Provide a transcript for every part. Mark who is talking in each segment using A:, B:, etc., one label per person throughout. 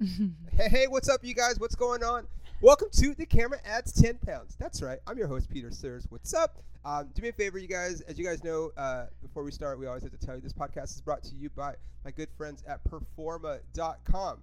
A: Hey, hey, what's up, you guys? What's going on? Welcome to The Camera Adds 10 Pounds. That's right. I'm your host, Peter Sears. What's up? Um, do me a favor, you guys. As you guys know, uh, before we start, we always have to tell you this podcast is brought to you by my good friends at Performa.com.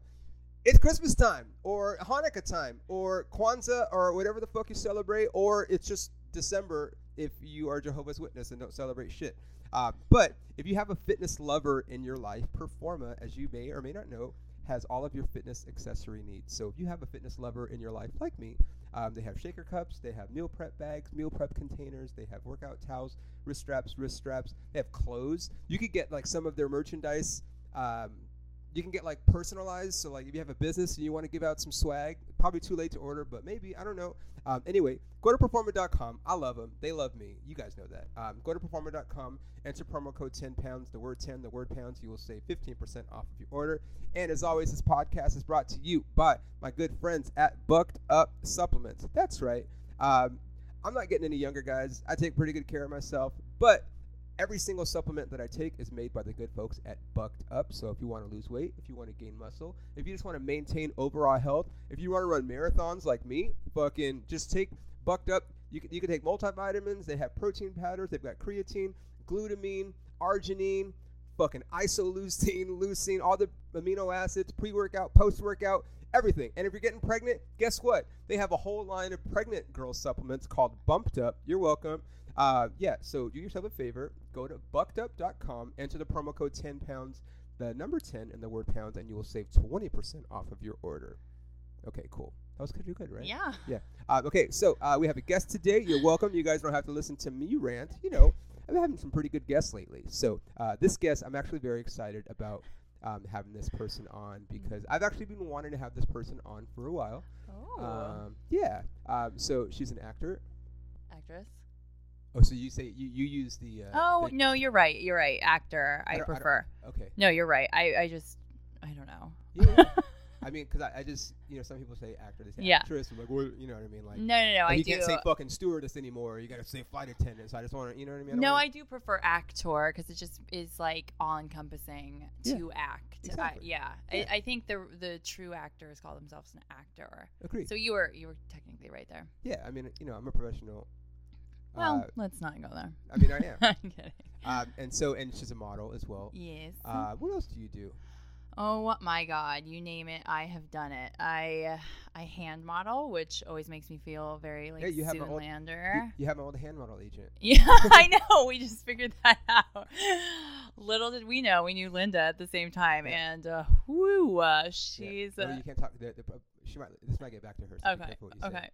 A: It's Christmas time, or Hanukkah time, or Kwanzaa, or whatever the fuck you celebrate, or it's just December if you are Jehovah's Witness and don't celebrate shit. Uh, but if you have a fitness lover in your life, Performa, as you may or may not know, has all of your fitness accessory needs. So if you have a fitness lover in your life like me, um, they have shaker cups, they have meal prep bags, meal prep containers, they have workout towels, wrist straps, wrist straps. They have clothes. You could get like some of their merchandise. Um, you can get like personalized. So like if you have a business and you want to give out some swag, probably too late to order, but maybe I don't know. Um, anyway, go to performer.com. I love them. They love me. You guys know that. Um, go to performer.com. Enter promo code ten pounds. The word ten. The word pounds. You will save fifteen percent off if you order. And as always, this podcast is brought to you by my good friends at Bucked Up Supplements. That's right. Um, I'm not getting any younger, guys. I take pretty good care of myself, but every single supplement that I take is made by the good folks at Bucked Up. So if you want to lose weight, if you want to gain muscle, if you just want to maintain overall health, if you want to run marathons like me, fucking just take Bucked Up. You can, you can take multivitamins. They have protein powders. They've got creatine, glutamine, arginine, fucking isoleucine, leucine, all the amino acids, pre workout, post workout, everything. And if you're getting pregnant, guess what? They have a whole line of pregnant girl supplements called Bumped Up. You're welcome. Uh, yeah, so do yourself a favor. Go to buckedup.com, enter the promo code 10 pounds, the number 10 and the word pounds, and you will save 20% off of your order. Okay, cool. That was pretty good, right?
B: Yeah.
A: Yeah. Uh, okay, so uh, we have a guest today. You're welcome. You guys don't have to listen to me rant. You know, I've been having some pretty good guests lately. So uh, this guest, I'm actually very excited about um, having this person on because I've actually been wanting to have this person on for a while.
B: Oh.
A: Um, yeah. Um, so she's an actor.
B: Actress.
A: Oh, so you say you, you use the. Uh,
B: oh
A: the-
B: no, you're right. You're right. Actor.
A: I
B: I,
A: don't- I don't-
B: prefer.
A: Okay.
B: no, you're right. I I just I don't know.
A: Yeah. I mean, because I, I just, you know, some people say actor, they say
B: Yeah.
A: actress. I'm like, well, you know what I mean? Like,
B: no, no,
A: like,
B: no. I
A: Oh, you
B: do.
A: can't say fucking stewardess anymore. You got to say flight attendant. So I just want to, you know what I mean?
B: no,
A: I.
B: I do prefer actor because it just is like all encompassing
A: Yeah.
B: to act.
A: Exactly.
B: I, yeah.
A: Yeah.
B: I, I think the the true actors call themselves an actor.
A: Agreed.
B: So you were you were technically right there.
A: yeah, I mean, you know, I'm a professional.
B: Well,
A: uh,
B: let's not go there.
A: I mean, I am.
B: I'm kidding.
A: um, and so, and she's a model as well.
B: Yes.
A: Uh, what else do you do?
B: Oh my God! You name it, I have done it. I uh, I hand model, which always makes me feel very like
A: Yeah, you have an
B: Sue
A: old- You,
B: Lander.
A: you have my old hand model agent.
B: Yeah, I know. We just figured that out. Little did we know, we knew Linda at the same time,
A: Yeah.
B: and uh, whoo, uh, she's
A: Yeah. No,
B: uh,
A: you can't talk. The, the, pro- she might. This might get back to her. So be
B: okay,
A: careful what you say.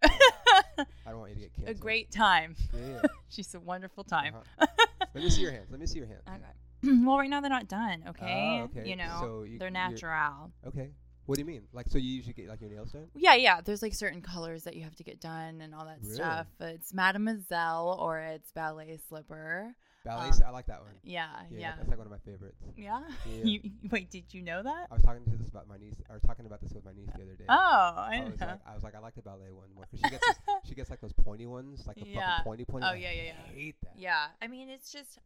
B: okay.
A: I don't want you to get canceled.
B: a great time.
A: Yeah, yeah,
B: She's a wonderful time.
A: uh-huh. Let me see your hands. Let me see your hands.
B: Okay. well, right now they're not done. Okay,
A: Uh-huh. Ah, okay.
B: you know
A: So you-
B: they're
A: you're-
B: natural.
A: Okay. What do you mean? Like, so you usually get like your nails done?
B: Yeah, yeah. There's like certain colors that you have to get done and all that
A: Really?
B: stuff. It's mademoiselle or it's ballet slipper.
A: Ballet.
B: Um,
A: st- I like that one.
B: Yeah,
A: Yeah,
B: yeah,
A: That's like one of my favorites.
B: yeah.
A: Yeah.
B: You, wait, did you know that?
A: I was talking to this about my niece. I was talking about this with my niece the other day.
B: Oh, I
A: I
B: didn't
A: was
B: know.
A: like, I was like, I like the ballet one more because she gets this, she gets like those pointy ones, like the
B: Yeah.
A: fucking pointy pointy.
B: Oh,
A: I
B: yeah, yeah, yeah.
A: Hate that.
B: yeah, I mean, it's just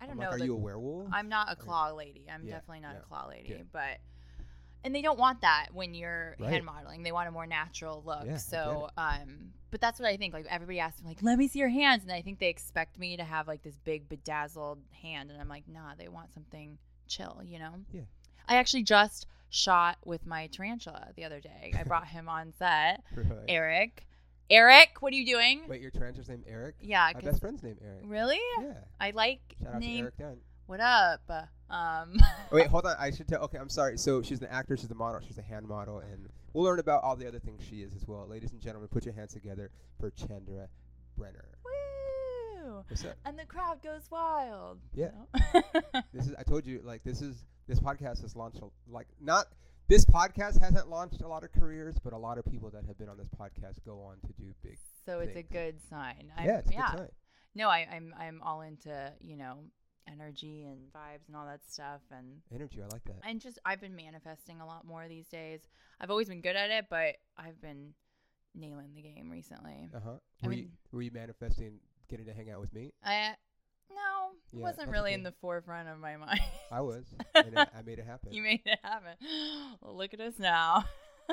B: I don't
A: I'm
B: know.
A: Like, are
B: the-
A: you a werewolf?
B: I'm not a
A: Okay.
B: claw lady. I'm
A: Yeah,
B: definitely not
A: yeah.
B: a claw lady,
A: Okay.
B: but and they don't want that when you're
A: Right.
B: hand modeling. They want a more natural look.
A: Yeah, I
B: so, um, but that's what I think. Like everybody asks me, like, "Let me see your hands," and I think they expect me to have like this big bedazzled hand, and I'm like, "Nah, they want something chill," you know?
A: Yeah.
B: I actually just shot with my tarantula the other day. I brought him on set.
A: Right.
B: Eric, Eric, what are you doing?
A: Wait, your transfer's name Eric?
B: yeah,
A: My
B: 'cause-
A: best friend's name Eric.
B: really?
A: Yeah.
B: I like
A: Shout out to
B: name.
A: Eric Dunn.
B: What up? Um.
A: Oh, wait, hold on. I should tell. Okay, I'm sorry. So she's an actor. She's a model. She's a hand model, and we'll learn about all the other things she is as well. Ladies and gentlemen, put your hands together for Chandra Brenner.
B: Woo!
A: What's up?
B: And the crowd goes wild.
A: Yeah.
B: You know?
A: This is. I told you. Like this is. This podcast has launched. a- Like not. This podcast hasn't launched a lot of careers, but a lot of people that have been on this podcast go on to do big.
B: so it's a
A: Thanks.
B: good sign. I'm,
A: yeah, it's a good time.
B: No, I, I'm I'm all into you know energy and vibes and all that stuff and
A: Energy. I like that.
B: and just I've been manifesting a lot more these days. I've always been good at it, but I've been nailing the game recently.
A: Uh huh.
B: I
A: Were you
B: mean-
A: Were you manifesting getting to hang out with me?
B: I No, it
A: Yeah,
B: wasn't
A: that's
B: really
A: okay.
B: in the forefront of my mind.
A: I was. and I, I made it happen.
B: you made it happen. Look at us now.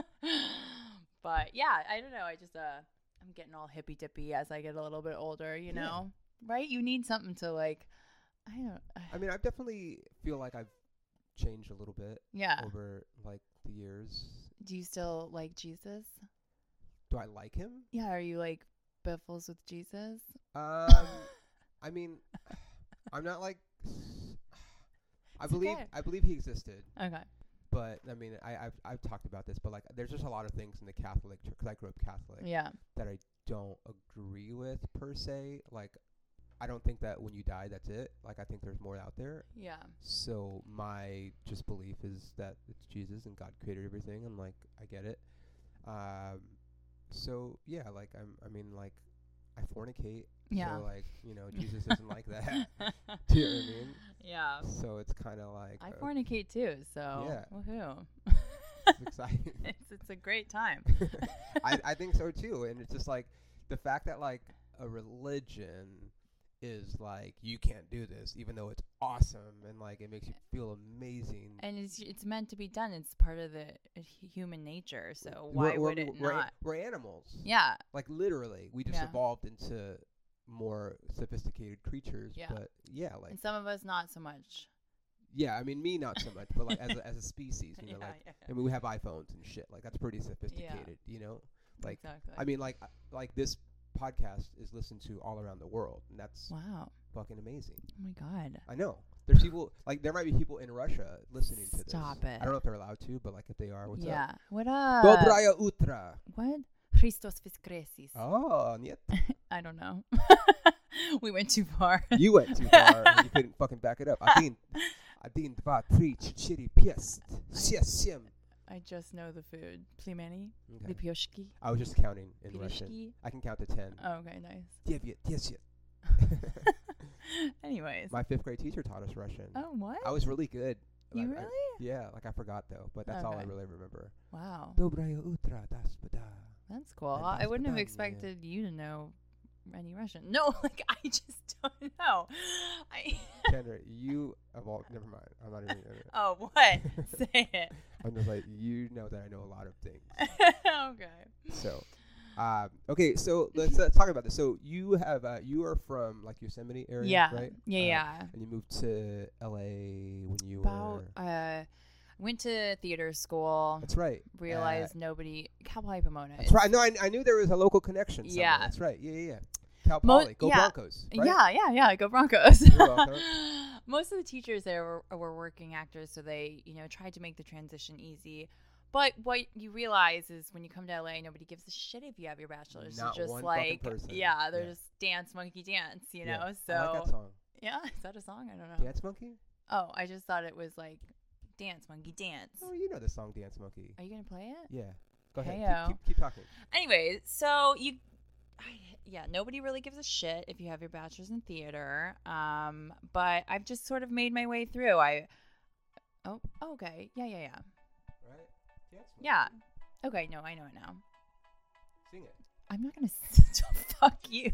B: but yeah, I don't know. I just uh, I'm getting all hippy dippy as I get a little bit older. You
A: Yeah.
B: know, right? You need something to like. I don't.
A: I mean, I definitely feel like I've changed a little bit
B: yeah.
A: over like the years.
B: Do you still like Jesus?
A: Do I like him?
B: Yeah. Are you like biffles with Jesus?
A: Um, I mean, I'm not like. I
B: It's
A: believe
B: okay.
A: I believe he existed,
B: Okay.
A: but I mean, I, I've I've talked about this, but like, there's just a lot of things in the Catholic Church because I grew up Catholic
B: yeah.
A: that I don't agree with per se. Like, I don't think that when you die, that's it. Like, I think there's more out there,
B: Yeah.
A: So my just belief is that it's Jesus and God created everything. I'm like, I get it. Um, so yeah, like I'm. I mean, like I fornicate.
B: Yeah.
A: So like you know, Jesus isn't like that. Do you know what I mean?
B: Yeah.
A: So it's kind of like
B: I
A: uh,
B: fornicate too, so
A: Yeah.
B: woohoo.
A: it's exciting.
B: it's it's a great time.
A: I I think so too. And it's just like the fact that like a religion is like you can't do this, even though it's awesome and like it makes you feel amazing.
B: and it's it's meant to be done. It's part of the uh, hu- human nature. So
A: We're-
B: why
A: we're-
B: would it
A: we're,
B: not?
A: We're animals.
B: Yeah.
A: like literally we just
B: Yeah.
A: evolved into more sophisticated creatures
B: Yeah.
A: but yeah like
B: and some of us not so much.
A: yeah i mean me not so much but like as a, as a species you know
B: yeah,
A: like
B: yeah.
A: i mean we have iphones and shit like that's pretty sophisticated you know like
B: exactly.
A: i mean like uh, like this podcast is listened to all around the world and that's
B: wow.
A: fucking amazing
B: Oh my god.
A: i know there's people like there might be people in russia listening to this
B: Stop
A: i don't know if they're allowed to but like if they are what's
B: yeah.
A: up
B: What up?
A: dobraya utra
B: What? Christos Fiskresis.
A: oh niet.
B: I don't know. we went too far.
A: You went too far. and you couldn't fucking back it up. I think I think about three chichiri piest. Yes, sim.
B: I just know the food. Plimeni?
A: Okay.
B: Lipioshki?
A: I was just counting in Russian.
B: Pidishki?
A: I can count to ten.
B: Oh, okay, nice.
A: Devyet, yes,
B: Anyways.
A: My fifth grade teacher taught us Russian.
B: oh, what?
A: I was really good.
B: you
A: Like, I-
B: really?
A: yeah, like I forgot though, but that's all I
B: Okay. Oh.
A: really remember.
B: Wow.
A: Dobraya utra, daspada.
B: That's cool.
A: And
B: I
A: that's
B: wouldn't have
A: Gdańsk, yeah.
B: expected you to know any Russian. No, like I just don't know. I
A: Kendra, you of all, never mind. I'm not even.
B: oh what? Say it.
A: I'm just like you know that I know a lot of things.
B: okay.
A: So, um, okay, so let's uh, talk about this. So you have uh, you are from like Yosemite area,
B: yeah.
A: right?
B: Yeah,
A: Uh,
B: yeah.
A: And you moved to LA when you
B: About
A: were.
B: uh went to theater school,
A: That's right.
B: realized nobody Cowboy Pomona.
A: That's
B: is-
A: right. No, I, I knew there was a local connection. Somewhere.
B: Yeah.
A: That's right. Yeah, yeah, yeah. Cal
B: Mo-
A: Poly, go
B: yeah.
A: Broncos. Right?
B: Yeah, yeah, yeah. Go Broncos.
A: You're welcome.
B: Most of the teachers there were, were working actors, so they, you know, tried to make the transition easy. But what you realize is when you come to LA, nobody gives a shit if you have your bachelor's.
A: Not
B: They're just
A: one fucking
B: like,
A: person.
B: yeah, they're
A: Yeah.
B: just dance monkey dance, you
A: Yeah.
B: know. So
A: I like that song.
B: yeah, is that a song? I don't know.
A: Dance Monkey?
B: Oh, I just thought it was like dance monkey dance.
A: Oh, you know the song Dance Monkey.
B: Are you gonna play it?
A: Yeah. Go ahead.
B: Heyo.
A: Keep, keep, keep talking.
B: Anyways, so you, I, yeah, nobody really gives a shit if you have your bachelor's in theater. Um, but I've just sort of made my way through. I, oh, okay, yeah, yeah, yeah,
A: Right? Dance Monkey.
B: yeah. Okay, no, I know it now.
A: Sing it.
B: I'm not gonna s- fuck you.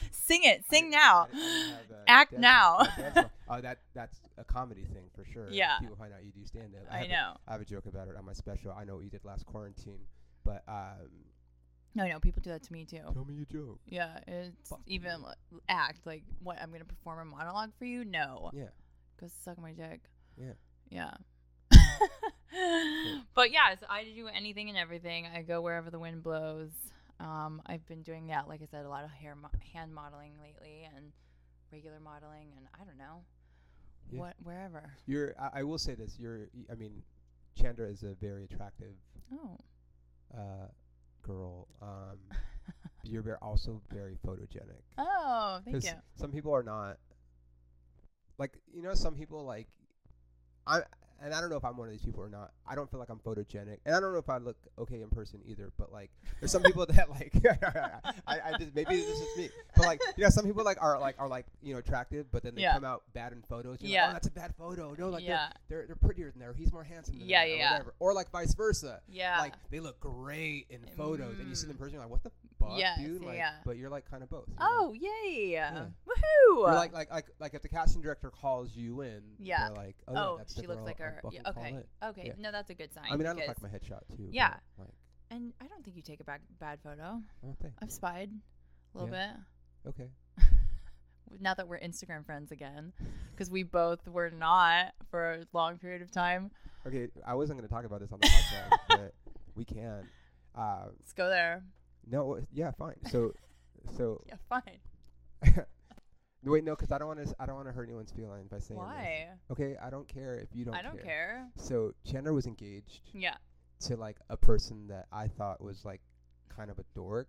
B: sing it,
A: I
B: sing
A: didn't-
B: now.
A: I didn't have, uh,
B: Act
A: Dance-
B: now.
A: uh, Dance Monkey. oh, that that's a comedy thing for sure.
B: Yeah.
A: People find out you do stand up.
B: I know.
A: I have a joke about it on my special. I know what you did last quarantine, but um,
B: No, I know. People do that to me too.
A: tell me your joke.
B: Yeah, it's
A: Fuck
B: even
A: you.
B: like, act like what I'm gonna perform a monologue for you. No,
A: Yeah.
B: go suck my dick.
A: Yeah.
B: Yeah. but yeah, so I do anything and everything. I go wherever the wind blows. Um, I've been doing that, like I said, a lot of hair mo- hand modeling lately and regular modeling, and I don't know
A: Yeah.
B: what wherever.
A: You're. I, I will say this. You're. y- I mean, Chandra is a very attractive
B: Oh,
A: uh, girl. Um, you're very, also very photogenic.
B: oh, thank you.
A: some people are not. Like you know, some people like, I and I don't know if I'm one of these people or not. I don't feel like I'm photogenic, and I don't know if I look okay in person either. But like, there's some people that like, I, I just maybe this is me. But like, you know, some people like are like are like you know attractive, but then they
B: Yeah.
A: come out bad in photos. You're Like,
B: Yeah.
A: oh, that's a bad photo. No, like
B: yeah,
A: they're, they're they're prettier than her. He's more handsome. Than
B: Yeah,
A: her,
B: yeah,
A: Or
B: yeah.
A: whatever. Or like vice versa.
B: yeah.
A: Like they look great in photos, and you see them in
B: Mm.
A: person, you're like, what the fuck? fuck,
B: Yes,
A: dude. Like,
B: yeah.
A: But you're like kind of both. you know?
B: Oh, yay!
A: Yeah.
B: Woohoo!
A: You're like like like like if the casting director calls you in,
B: Yeah.
A: they're like, oh,
B: oh,
A: yeah, that's the
B: she looks
A: girl.
B: like
A: I'm
B: her.
A: fucking
B: Yeah, okay,
A: calling.
B: okay.
A: Yeah.
B: No, that's a good sign.
A: I mean, I look like
B: because-
A: my headshot too. but,
B: Yeah.
A: Like,
B: And I don't think you take a bad bad photo.
A: I don't think.
B: I've spied a little
A: Okay.
B: bit. Now that we're Instagram friends again, because we both were not for a long period of time.
A: Okay. I wasn't going to talk about this on the podcast, but we can. Uh,
B: Let's go there.
A: no. uh, Yeah. Fine. So, so
B: Yeah, fine.
A: wait. No, because I don't want to. I don't want to hurt anyone's feelings by saying. this.
B: Why?
A: Okay. I don't care if you don't.
B: I don't care.
A: So Chandler was engaged
B: Yeah.
A: to like a person that I thought was like kind of a dork.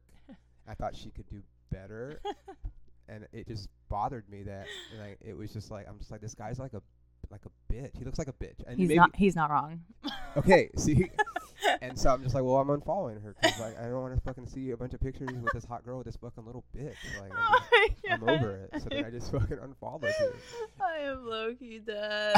A: I thought she could do better, and it just bothered me that like it was just like I'm just like this guy's like a like a bitch. He looks like a bitch, and
B: He's
A: maybe
B: not. He's not wrong.
A: okay. See, and so I'm just like, well, I'm unfollowing her 'cause like I don't want to fucking see a bunch of pictures with this hot girl with this fucking little bitch. Like I'm,
B: Oh
A: just-
B: my
A: I'm
B: God.
A: over it. So then I just fucking unfollowed you.
B: I am low key dead.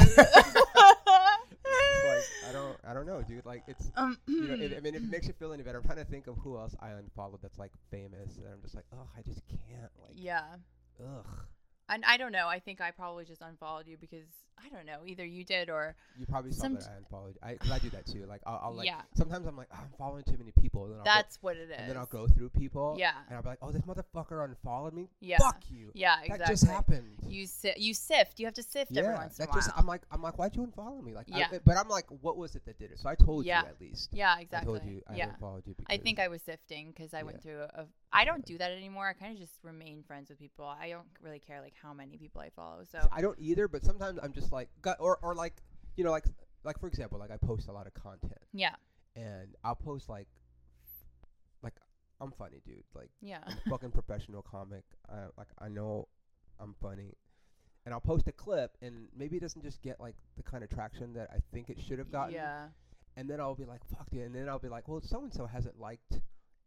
A: It's like I don't I don't know, dude. Like it's
B: um,
A: you know, it, I mean, if it makes you feel any better, I'm trying to think of who else I unfollowed that's like famous, and I'm just like, ugh, I just can't. Like,
B: yeah.
A: ugh.
B: And I don't know. I think I probably just unfollowed you because I don't know. Either you did or
A: You probably saw
B: Somet-
A: that I unfollowed. I, cause I do that too. Like, I'll, I'll like,
B: Yeah.
A: sometimes I'm like, "Ah, I'm following too many people, and then I'll
B: that's what it is.
A: go, and then I'll go through people,
B: Yeah.
A: and I'll be like, oh, this motherfucker unfollowed me.
B: Yeah.
A: Fuck you.
B: Yeah.
A: that
B: Exactly.
A: just happened.
B: You si- you sift. You have to sift every
A: yeah,
B: once in a
A: that
B: while.
A: just. I'm like, I'm like, why'd you unfollow me? Like, I-
B: Yeah.
A: but I'm like, what was it that did it? So I told
B: Yeah.
A: you at least.
B: yeah. Exactly.
A: I told you I
B: yeah.
A: unfollowed you.
B: I
A: Because
B: think I was sifting because I went
A: Yeah.
B: through a. a I don't do that anymore. I kind of just remain friends with people. I don't really care like how many people I follow. So
A: I don't either, but sometimes I'm just like, gut- or or like, you know, like like for example, like I post a lot of content,
B: yeah,
A: and I'll post like, like I'm funny, dude. Like
B: yeah,
A: I'm a fucking professional comic. I, like I know I'm funny, and I'll post a clip, and maybe it doesn't just get like the kind of traction that I think it should have gotten.
B: yeah,
A: And then I'll be like, fuck, dude. And then I'll be like, well, so and so hasn't liked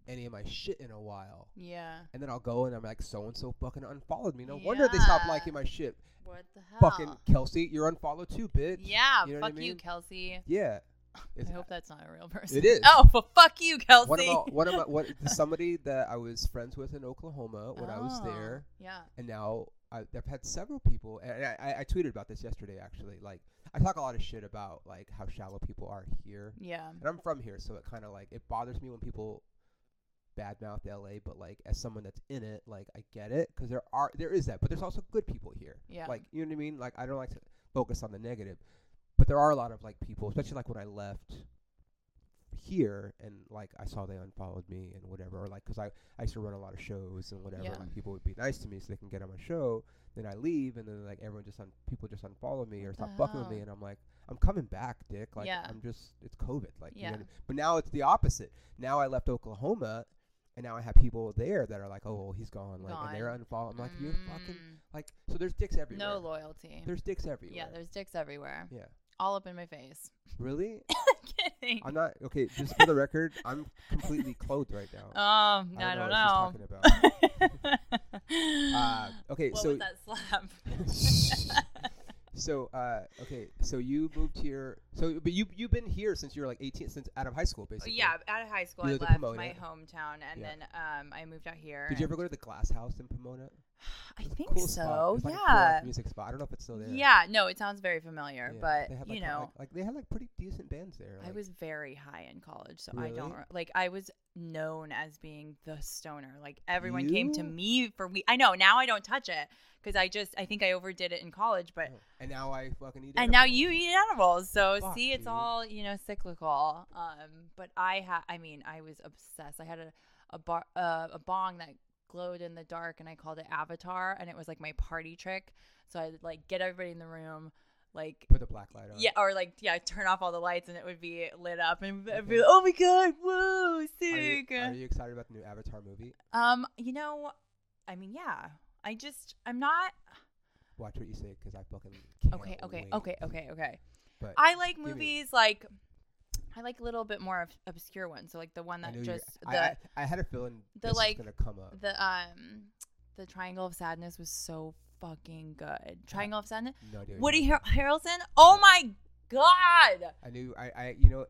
A: any of my shit in a while.
B: yeah.
A: And then I'll go and I'm like, so and so fucking unfollowed me. No wonder they stopped
B: Yeah.
A: liking my shit.
B: What the hell?
A: Fucking Kelsey, you're unfollowed too, bitch.
B: Oh. yeah.
A: you know what I
B: fuck you,
A: mean?
B: Kelsey.
A: Yeah.
B: I
A: It's-
B: hope that's not a real person.
A: is.
B: Oh, but fuck you, Kelsey.
A: One of my, one of my, what somebody that I was friends with in Oklahoma when I was
B: Oh,
A: there,
B: Yeah.
A: and now I, I've had several people. And I, I, I tweeted about this yesterday, actually. Like, I talk a lot of shit about like how shallow people are here,
B: Yeah.
A: and I'm from here, so it kind of like it bothers me when people badmouth LA. But like, as someone that's in it, like I get it because there are there is that, but there's also good people here.
B: Yeah.
A: Like, you know what I mean? Like, I don't like to focus on the negative, but there are a lot of like people, especially like when I left here and like I saw they unfollowed me and whatever, or like because I I used to run a lot of shows and whatever,
B: Yeah.
A: like people would be nice to me so they can get on my show. Then I leave and then like everyone just un- people just unfollow me or
B: the
A: stop fucking with
B: hell?
A: me, and I'm like. I'm coming back, Dick. Like
B: Yeah.
A: I'm just it's COVID. Like you know
B: Yeah.
A: what I mean? but now it's the opposite. Now I left Oklahoma and now I have people there that are like, Oh well he's gone, like and they're unfollowing I'm like, You're fucking
B: Mm,
A: like so there's dicks everywhere.
B: No loyalty.
A: There's dicks everywhere.
B: yeah, there's dicks everywhere.
A: Yeah.
B: All up in my face.
A: Really?
B: Kidding.
A: I'm not okay. Just for the record, I'm completely clothed right now.
B: um, I don't know.
A: what she's talking about. Uh, okay,
B: what
A: so
B: was that slap?
A: so uh, okay, so you moved here. So but you you've been here since you were like 18, since out of high school, basically.
B: Oh, yeah, out of high school,
A: You
B: I
A: lived in
B: left
A: Pomona.
B: my hometown, and
A: Yeah.
B: then um, I moved out here.
A: Did you
B: and-
A: ever go to the Glass House in Pomona?
B: I
A: It's a
B: think
A: cool spot.
B: so.
A: It's like a cool ass
B: yeah.
A: music spot. I don't know if it's still there.
B: Yeah. No, it sounds very familiar,
A: Yeah.
B: but
A: They had,
B: you
A: like, kinda
B: know,
A: like, like they had like pretty decent bands there.
B: I
A: like-
B: was very high in college, so I
A: Really?
B: don't re- like. I was known as being the stoner. Like everyone came to
A: You?
B: me for we. I know now I don't touch it because I just I think I overdid it in college, but
A: Oh, and now I fucking eat.
B: and now
A: edibles.
B: you e eat animals, so
A: Fuck,
B: see it's
A: dude.
B: all you know cyclical. Um, but I had I mean I was obsessed. I had a a bar uh, a bong that glowed in the dark, and I called it Avatar, and it was like my party trick. So I'd like get everybody in the room, like
A: put the black light on.
B: yeah, or like yeah, turn off all the lights and it would be lit up and I'd
A: Okay.
B: be like, oh my god, whoa,
A: Are you,
B: sick.
A: are you excited about the new Avatar movie?
B: Um, you know, I mean, yeah, I just I'm not
A: Watch what you say, because I fucking can't
B: okay, okay,
A: wait.
B: okay, okay, okay.
A: But
B: I like
A: me-
B: movies like I like a little bit more of obscure ones, so like the one
A: I
B: that
A: knew you-
B: just
A: I-
B: the
A: I, I had a feeling
B: the,
A: this was
B: like,
A: gonna come up.
B: the um the Triangle of Sadness was so fucking good. Triangle of Sadness,
A: No idea. what you
B: Woody
A: meant.
B: Har- Harrelson. Oh my god,
A: I knew. I, I. You know.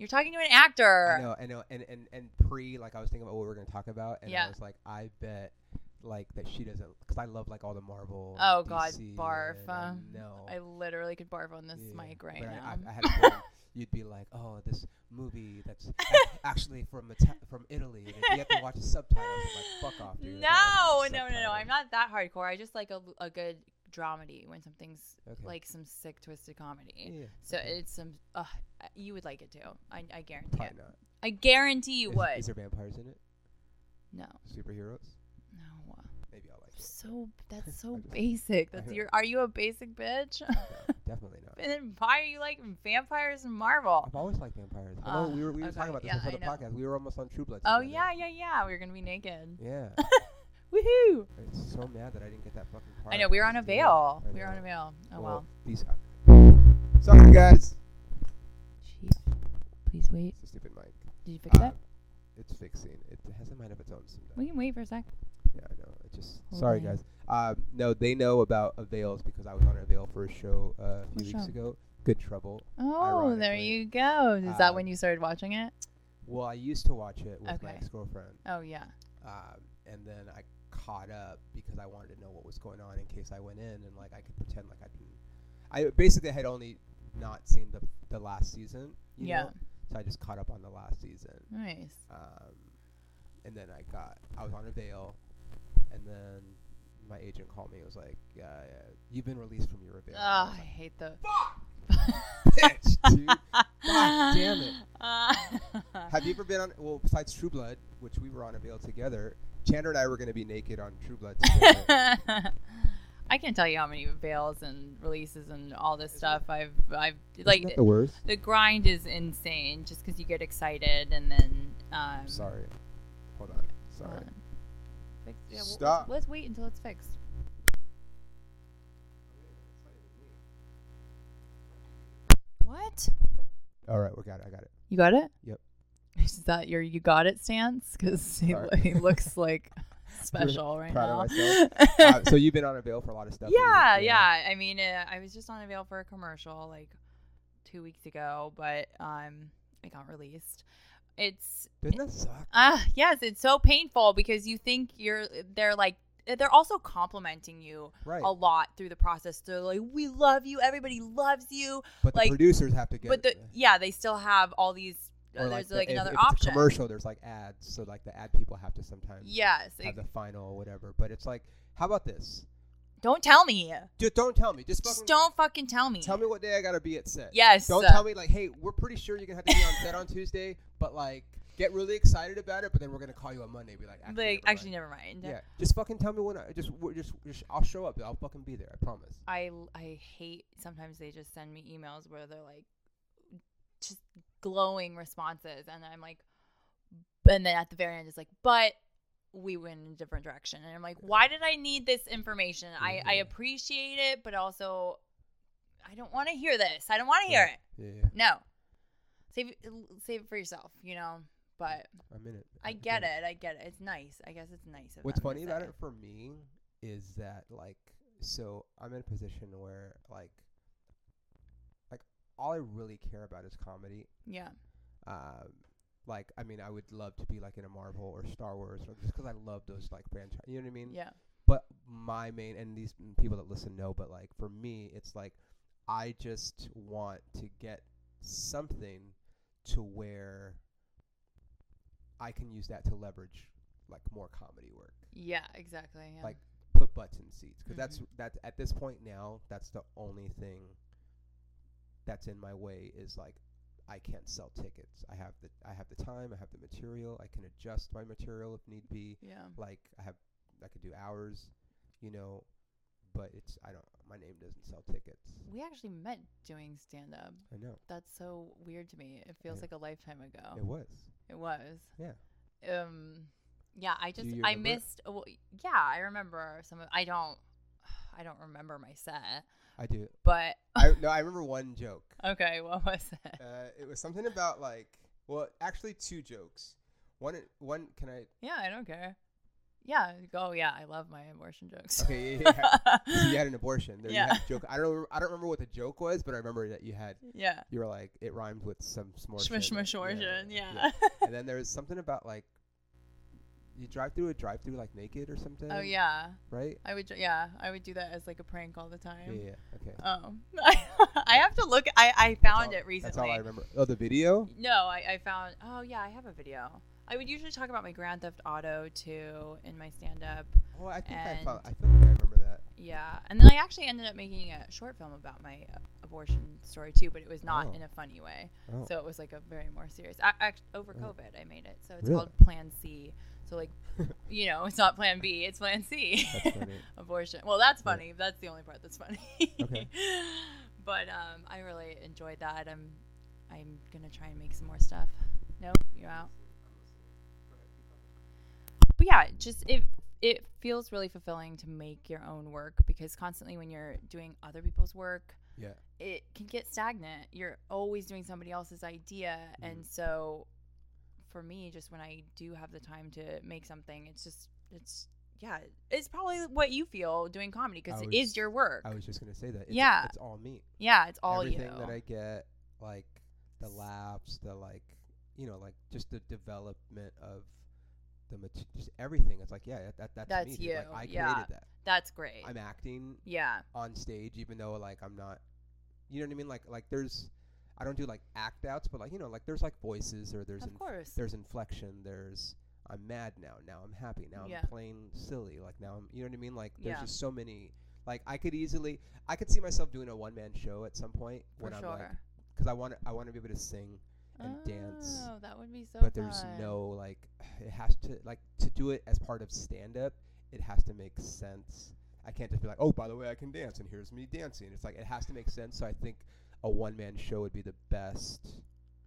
B: You're talking to an actor.
A: I know, I know, and and and pre like I was thinking about what we were gonna talk about, and I
B: Yeah.
A: was like, I bet like that she doesn't because I love like all the Marvel.
B: Oh,
A: and
B: God,
A: DC,
B: barf,
A: and I
B: um,
A: know.
B: I literally could barf on this
A: Yeah,
B: mic right
A: but I-
B: now.
A: I, I had a feeling you'd be like, oh, this movie that's ac- actually from Ita- from Italy. and you have to watch the subtitles. I'm like, fuck off, dude.
B: no, no, no, no. I'm not that hardcore. I just like a, a good dramedy when something's
A: Okay.
B: like some sick twisted comedy.
A: Yeah,
B: So
A: okay.
B: it's some. Uh, you would like it too. I, I guarantee
A: Probably
B: it.
A: not.
B: I guarantee you
A: is,
B: would.
A: Is there vampires in it?
B: no,
A: Superheroes?
B: no.
A: Maybe I'll like it.
B: So that's
A: I
B: so
A: just-
B: basic. That's
A: know.
B: your. Are you a basic bitch?
A: No, definitely not.
B: and then why are you like vampires and Marvel?
A: I've always liked vampires. I know
B: Ugh,
A: we were, we were
B: Ah, okay,
A: talking about this
B: yeah,
A: before
B: I
A: the
B: know.
A: podcast. We were almost on True Blood.
B: Oh
A: together.
B: yeah, yeah, yeah. We were gonna be naked.
A: Yeah.
B: Woohoo!
A: I'm so mad that I didn't get that fucking part.
B: I know we were on a
A: Just do it.
B: veil.
A: I
B: We were on
A: know.
B: a veil. Oh well.
A: These Sorry, guys.
B: Jeez. Please wait.
A: It's a stupid mic.
B: Did you fix
A: Uh,
B: that?
A: It's fixing. It has a mind of its own sometimes.
B: We can wait for a sec.
A: Yeah, I know. It just
B: Hold
A: sorry
B: on.
A: guys. Um, no, they know about avails because I was on a veil for a show uh, a few
B: What
A: weeks
B: show?
A: ago. Good trouble.
B: Oh, there
A: Ironically,
B: you go. Is that when
A: um,
B: you started watching it?
A: Well, I used to watch it with my
B: Okay.
A: ex-girlfriend,
B: Oh yeah.
A: um, and then I caught up because I wanted to know what was going on in case I went in and like I could pretend like I didn't. I basically had only not seen the the last season. you
B: Yeah.
A: know? So I just caught up on the last season.
B: Nice.
A: Um, and then I got, I was on a veil, and then my agent called me. It was like, yeah, yeah you've been released from your veil. And I
B: Oh,
A: was
B: I hate the.
A: like, Bitch, dude. God damn it.
B: Uh,
A: Have you ever been on? Well, besides True Blood, which we were on a veil together, Chandler and I were going to be naked on True Blood together.
B: I can't tell you how many veils and releases and all this
A: Isn't
B: stuff I've I've like
A: Isn't that the worst.
B: the grind is insane just because you get excited and then um
A: Sorry. Hold on. Sorry.
B: hold on. Fix- yeah, well, let's-
A: Stop.
B: let's wait until it's fixed what
A: All right, we got it. I got it.
B: you got it
A: Yep.
B: is that your you got it stance because he,
A: Sorry.
B: he looks like special right
A: proud
B: now
A: of Uh, so you've been on a veil for a lot of stuff. and you-
B: yeah, yeah. I mean, uh, I was just on a veil for a commercial like two weeks ago, but um, it got released. It's
A: Doesn't that suck?
B: ah yes, it's so painful because you think you're they're like uh, they're also complimenting you
A: Right.
B: a lot through the process. They're like, "We love you. Everybody loves you."
A: but the
B: like-
A: producers have to get.
B: but the yeah, they still have all these.
A: Or,
B: Uh, there's
A: the-
B: like
A: if-
B: another
A: if it's a
B: option.
A: commercial, there's like ads, so like the ad people have to sometimes
B: Yes.
A: have
B: like,
A: the final whatever. But it's like, how about this?
B: don't tell me.
A: Just don't tell me. Just fucking
B: Just don't fucking tell me.
A: tell me what day I gotta be at set.
B: Yes. uh,
A: Don't tell me like, hey, we're pretty sure you're gonna have to be on set on Tuesday, but like, get really excited about it, but then we're gonna call you on Monday. and Be like, actually,
B: Like,
A: never
B: actually,
A: mind."
B: never mind.
A: yeah. Just fucking tell me when I just we're just, just I'll show up. I'll fucking be there. I promise.
B: I l- I hate sometimes they just send me emails where they're like just glowing responses and I'm like and then at the very end it's like but we went in a different direction and I'm like why did I need this information I I
A: Yeah.
B: appreciate it but also I don't want to hear this I don't want to hear it
A: Yeah,
B: no save save it for yourself you know but
A: I'm in it.
B: I get it I get it it's nice I guess it's nice of
A: Mm-hmm. What's
B: them to
A: funny about
B: say.
A: it for me is that like so I'm in a position where like like all I really care about is comedy.
B: yeah
A: Um like I mean I would love to be like in a Marvel or Star Wars or just 'cause I love those like franchise. You know what I mean?
B: yeah
A: But my main and these m- people that listen know but like for me it's like I just want to get something to where I can use that to leverage like more comedy work
B: yeah exactly yeah.
A: Like, put butts in seats because that's that's at this point now that's the only thing that's in my way is like I can't sell tickets. I have the I have the time. I have the material. I can adjust my material if need be.
B: yeah
A: Like I have I could do hours, you know, but it's I don't my name doesn't sell tickets.
B: We actually met doing stand up.
A: I know
B: That's so weird to me. It feels
A: Yeah.
B: like a lifetime ago.
A: it was.
B: It was.
A: Yeah.
B: Um yeah, I just
A: you
B: I
A: remember it?
B: missed uh, well, yeah, I remember some of I don't I don't remember my set,
A: I do.
B: but
A: I no. I remember one joke.
B: okay, what was it?
A: Uh, it was something about like well, actually two jokes. One one can I
B: Yeah, I don't care. Yeah. Oh, yeah. I love my abortion jokes.
A: Okay, yeah, yeah, yeah. So you had an abortion. There you
B: Yeah.
A: had a joke. I don't. Remember, I don't remember what the joke was, but I remember that you had.
B: yeah.
A: You were like, it rhymed with some s'more.
B: Shmish, shmish, origin. Yeah.
A: and then there was something about like, you drive through a drive-through like naked or something.
B: Oh, yeah.
A: Right.
B: I would. j- Yeah. I would do that as like a prank all the
A: Yeah.
B: time.
A: yeah. Okay.
B: Oh, I have to look. I, I
A: That's
B: found
A: all-
B: it recently.
A: That's all I remember. Oh, the video.
B: No, I, I found. Oh yeah, I have a video. I would usually talk about my Grand Theft Auto too in my stand up.
A: Oh, I think I
B: And-
A: found. I feel like I remember that.
B: Yeah, and then I actually ended up making a short film about my uh, abortion story too, but it was not
A: Oh.
B: in a funny way.
A: Oh.
B: So it was like a very more serious. I, act over
A: Oh.
B: COVID, I made it. So it's
A: Really?
B: called Plan C. So like, you know, it's not Plan B, it's Plan C.
A: That's funny.
B: abortion. Well, that's
A: Yeah.
B: funny. That's the only part that's funny.
A: Okay.
B: but um, I really enjoyed that. I'm I'm gonna try and make some more stuff. Nope, you're out. But yeah, just it it feels really fulfilling to make your own work because constantly when you're doing other people's work,
A: Yeah.
B: it can get stagnant. You're always doing somebody else's idea,
A: Mm-hmm.
B: and so for me, just when I do have the time to make something, it's just it's yeah, it's probably what you feel doing comedy because
A: I
B: it
A: was-
B: is your work.
A: I was just gonna say that. It's,
B: Yeah.
A: It's all me.
B: yeah, it's all
A: Everything
B: you.
A: that I get, like the laps, the like, you know, like just the development of the mat- just everything. It's like, yeah, that, that that's, me.
B: That's
A: dude. Like,
B: you,
A: I created
B: yeah.
A: that.
B: That's great.
A: I'm acting
B: yeah,
A: on stage, even though like I'm not. You know what I mean? Like like there's, I don't do like act outs, but like you know like there's like voices or there's
B: of
A: inf-
B: course.
A: there's inflection. There's I'm mad now. Now I'm happy. Now
B: Yeah.
A: I'm playing silly. Like now I'm. You know what I mean? Like there's
B: Yeah.
A: just so many. Like I could easily, I could see myself doing a one man show at some point
B: For
A: when I'm like,
B: sure.
A: because I want I want to be able to sing, and dance,
B: Oh, that would be so.
A: but there's
B: fun.
A: no like it has to like to do it as part of stand up. It has to make sense. I can't just be like, oh, by the way, I can dance, and here's me dancing. It's like it has to make sense. So I think a one man show would be the best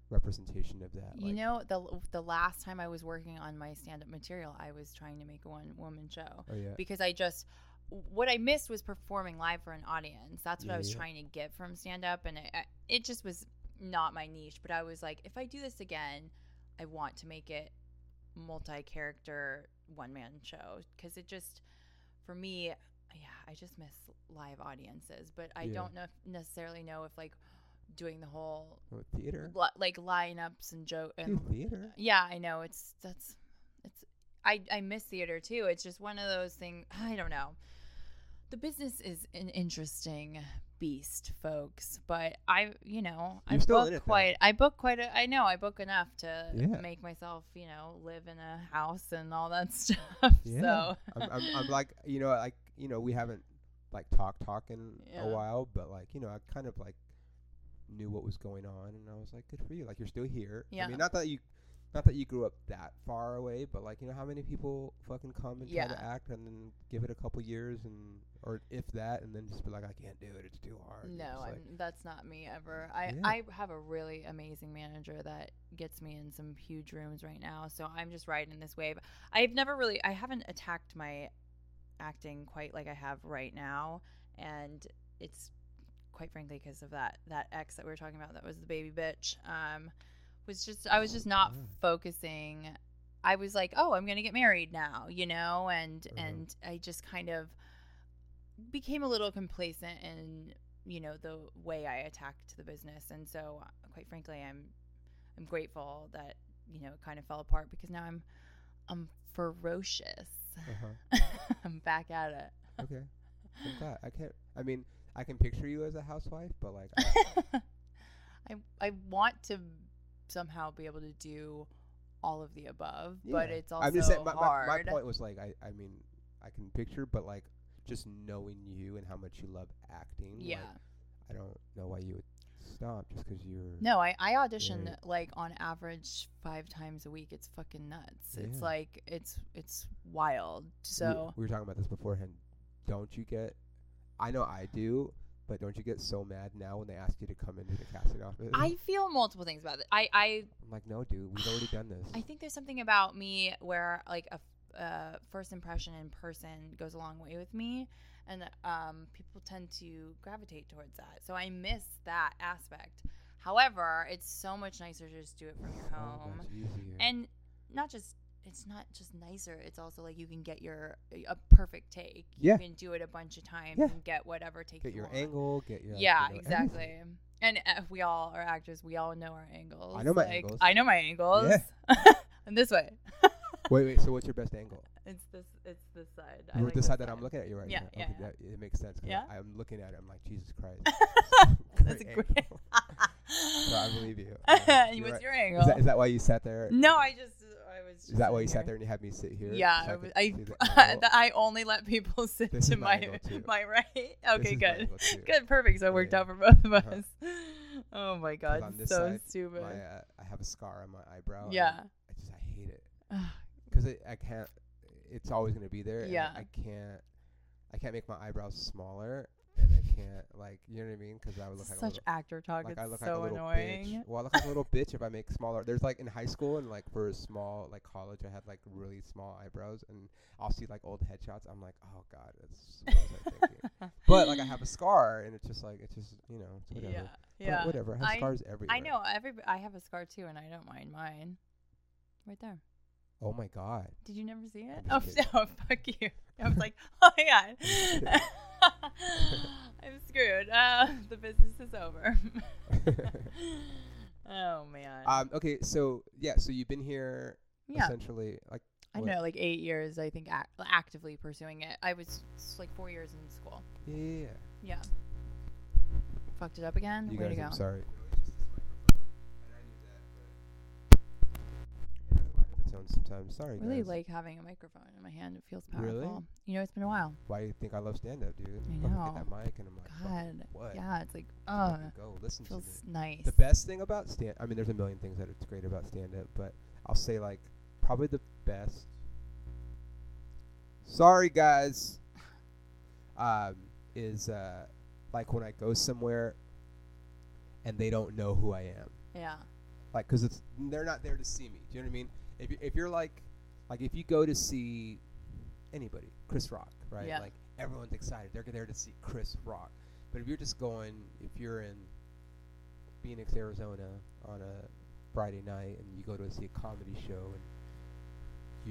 A: representation of that.
B: You
A: like,
B: know, the the last time I was working on my stand up material, I was trying to make a one woman show.
A: oh yeah,
B: because I just what I missed was performing live for an audience. That's what
A: Yeah,
B: I was
A: yeah.
B: trying to get from stand up, and it, it just was not my niche. But I was like, if I do this again, I want to make it multi character one man show because it just for me, yeah, I just miss live audiences. But I
A: Yeah.
B: don't know necessarily know if like doing the whole
A: Oh, theater,
B: li- like lineups and joke and
A: Dude, theater.
B: yeah, I know. It's that's it's I I miss theater too. It's just one of those things. I don't know. The business is an interesting beast, folks. But I, you know, I
A: You're still in
B: book
A: it, though.
B: quite. I book quite. A, I know. I book enough to
A: Yeah.
B: make myself, you know, live in a house and all that stuff.
A: Yeah.
B: So
A: I'm, I'm, I'm like you know like you know we haven't like talked talking
B: Yeah.
A: a while, but like you know I kind of like knew what was going on, and I was like, good for you, like you're still here. I
B: Yeah.
A: mean, not that you, not that you grew up that far away, but like you know how many people fucking come and try to
B: Yeah.
A: act and then give it a couple years and or if that, and then just be like, I can't do it, it's too hard. and
B: No,
A: it's
B: I'm,
A: like,
B: that's not me ever. I,
A: Yeah.
B: I have a really amazing manager that gets me in some huge rooms right now. So I'm just riding this wave. I've never really, I haven't attacked my acting quite like I have right now. And it's quite frankly because of that, that ex that we were talking about that was the baby bitch. Um, was just, I was just not
A: Oh, Yeah.
B: focusing. I was like, oh, I'm going to get married now, you know? And,
A: Uh-huh.
B: and I just kind of, became a little complacent in you know the way I attacked the business, and so uh, quite frankly, I'm I'm grateful that you know it kind of fell apart because now I'm I'm ferocious.
A: uh-huh.
B: I'm back at it.
A: okay, I'm glad. I can't. I mean, I can picture you as a housewife, but like, I-
B: I I want to somehow be able to do all of the above, but
A: Yeah.
B: it's also
A: I'm just saying, my, my,
B: hard.
A: my point was like, I, I mean, I can picture, but like, just knowing you and how much you love acting, like,
B: yeah.
A: I don't know why you would stop just because you're.
B: No, I, I audition
A: Right.
B: like on average five times a week. It's fucking nuts. It's
A: Yeah.
B: like it's it's wild. So
A: we, we were talking about this beforehand. Don't you get? I know I do, but don't you get so mad now when they ask you to come into the casting office?
B: I feel multiple things about it. I, I
A: I'm like, no, dude, we've already done this.
B: I think there's something about me where like a f- uh, first impression in person goes a long way with me, and um, people tend to gravitate towards that. So I miss that aspect. However, it's so much nicer to just do it from your
A: Oh,
B: home,
A: that's easier.
B: and not just it's not just nicer. It's also like you can get your a perfect take. You
A: Yeah.
B: can do it a bunch of times
A: Yeah.
B: and get whatever take
A: Get
B: you
A: your
B: want.
A: angle. Get your like,
B: yeah,
A: you know, everything.
B: exactly. And uh, we all are actors. We all know our angles.
A: know my
B: Like,
A: angles.
B: I know my angles. and this way.
A: Wait, wait. So what's your best angle?
B: It's this. It's this side.
A: You like the side that I'm looking at you right
B: Yeah,
A: now.
B: yeah,
A: okay,
B: yeah.
A: That, it makes sense. 'cause
B: Yeah.
A: I, am looking at it. I'm like, Jesus Christ.
B: That's a great.
A: angle. so I believe you. Yeah,
B: What's
A: you're right.
B: your angle?
A: Is that, is that why you sat there?
B: no, I just. I was.
A: Is that why you
B: sitting
A: sat there and you had me sit here?
B: Yeah,
A: so
B: I
A: could see
B: was-
A: the
B: I,
A: angle?
B: that I only let people sit
A: This
B: to
A: is my
B: my
A: angle, too.
B: my right.
A: This is
B: Okay,
A: my
B: good,
A: angle, too.
B: good, perfect. So it
A: Yeah,
B: worked
A: yeah.
B: out for both of
A: Uh-huh.
B: us. Oh my god,
A: on this
B: so
A: side, My,
B: stupid.
A: uh, I have a scar on my eyebrow. and
B: yeah,
A: I just I hate it
B: Ugh,
A: because I can't. It's always gonna be there. and
B: Yeah.
A: I can't. I can't make my eyebrows smaller, and I can't like you know what I mean? Because I would look like a
B: such
A: little,
B: actor talk.
A: like
B: it's
A: I look
B: so
A: like a little
B: annoying.
A: bitch. Well, I look like a little bitch if I make smaller. There's like in high school and like for small like college, I had like really small eyebrows, and I'll see like old headshots. I'm like, oh god, that's what was I thinking? But like I have a scar, and it's just like it's just you know it's whatever.
B: yeah,
A: But
B: yeah.
A: whatever. I have
B: I-
A: scars everywhere.
B: I know. Every I have a scar too, and I don't mind mine. Right there.
A: Oh my god.
B: Did you never see it?
A: I'm
B: Oh,
A: just
B: no, fuck you. I was like, oh my
A: just
B: god, I'm screwed. Uh, the business is over. oh man.
A: um. Okay. So yeah. So you've been here
B: yeah,
A: essentially like
B: I
A: what?
B: know. Like eight years, I think, ac- actively pursuing it. I was s- like four years in school.
A: Yeah. yeah, yeah.
B: Yeah. Fucked it up again.
A: You
B: Way
A: guys,
B: to go.
A: I'm sorry. Sometimes sorry.
B: Really
A: guys.
B: like having a microphone in my hand. It feels powerful.
A: Really?
B: You know, it's been a while.
A: Why do you think I love stand up, dude?
B: I
A: Fucking
B: know.
A: Get that mic and I'm like, fucking
B: God.
A: what?
B: Yeah, it's like, oh,
A: Fucking go listen to me.
B: feels nice.
A: The best thing about stand, I mean, there's a million things that it's great about stand up, but I'll say like probably the best. Sorry guys, um, is uh, like when I go somewhere and they don't know who I am
B: Yeah.
A: like because it's they're not there to see me. Do you know what I mean? If you, if you're like like if you go to see anybody, Chris Rock, right?
B: Yeah.
A: Like everyone's excited. They're there to see Chris Rock. But if you're just going, if you're in Phoenix, Arizona, on a Friday night, and you go to see a comedy show, and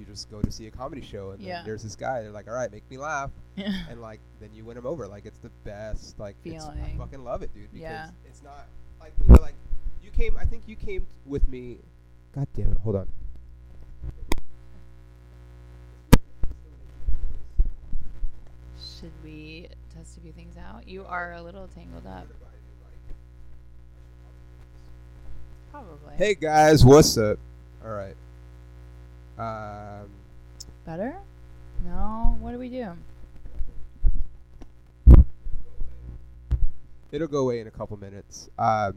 A: you just go to see a comedy show, and
B: Yeah.
A: then there's this guy. They're like, "All right, make me laugh,"
B: Yeah.
A: and like then you win him over. Like it's the best. Like it's, I
B: Feeling.
A: fucking love it, dude. Because
B: Yeah.
A: it's not like you know, like you came. I think you came with me. God damn it! Hold on.
B: Should we test a few things out? You are a little tangled up. Probably.
A: Hey guys, what's up? All right. Um,
B: Better? No. What do we do?
A: it'll go away in a couple minutes. Um,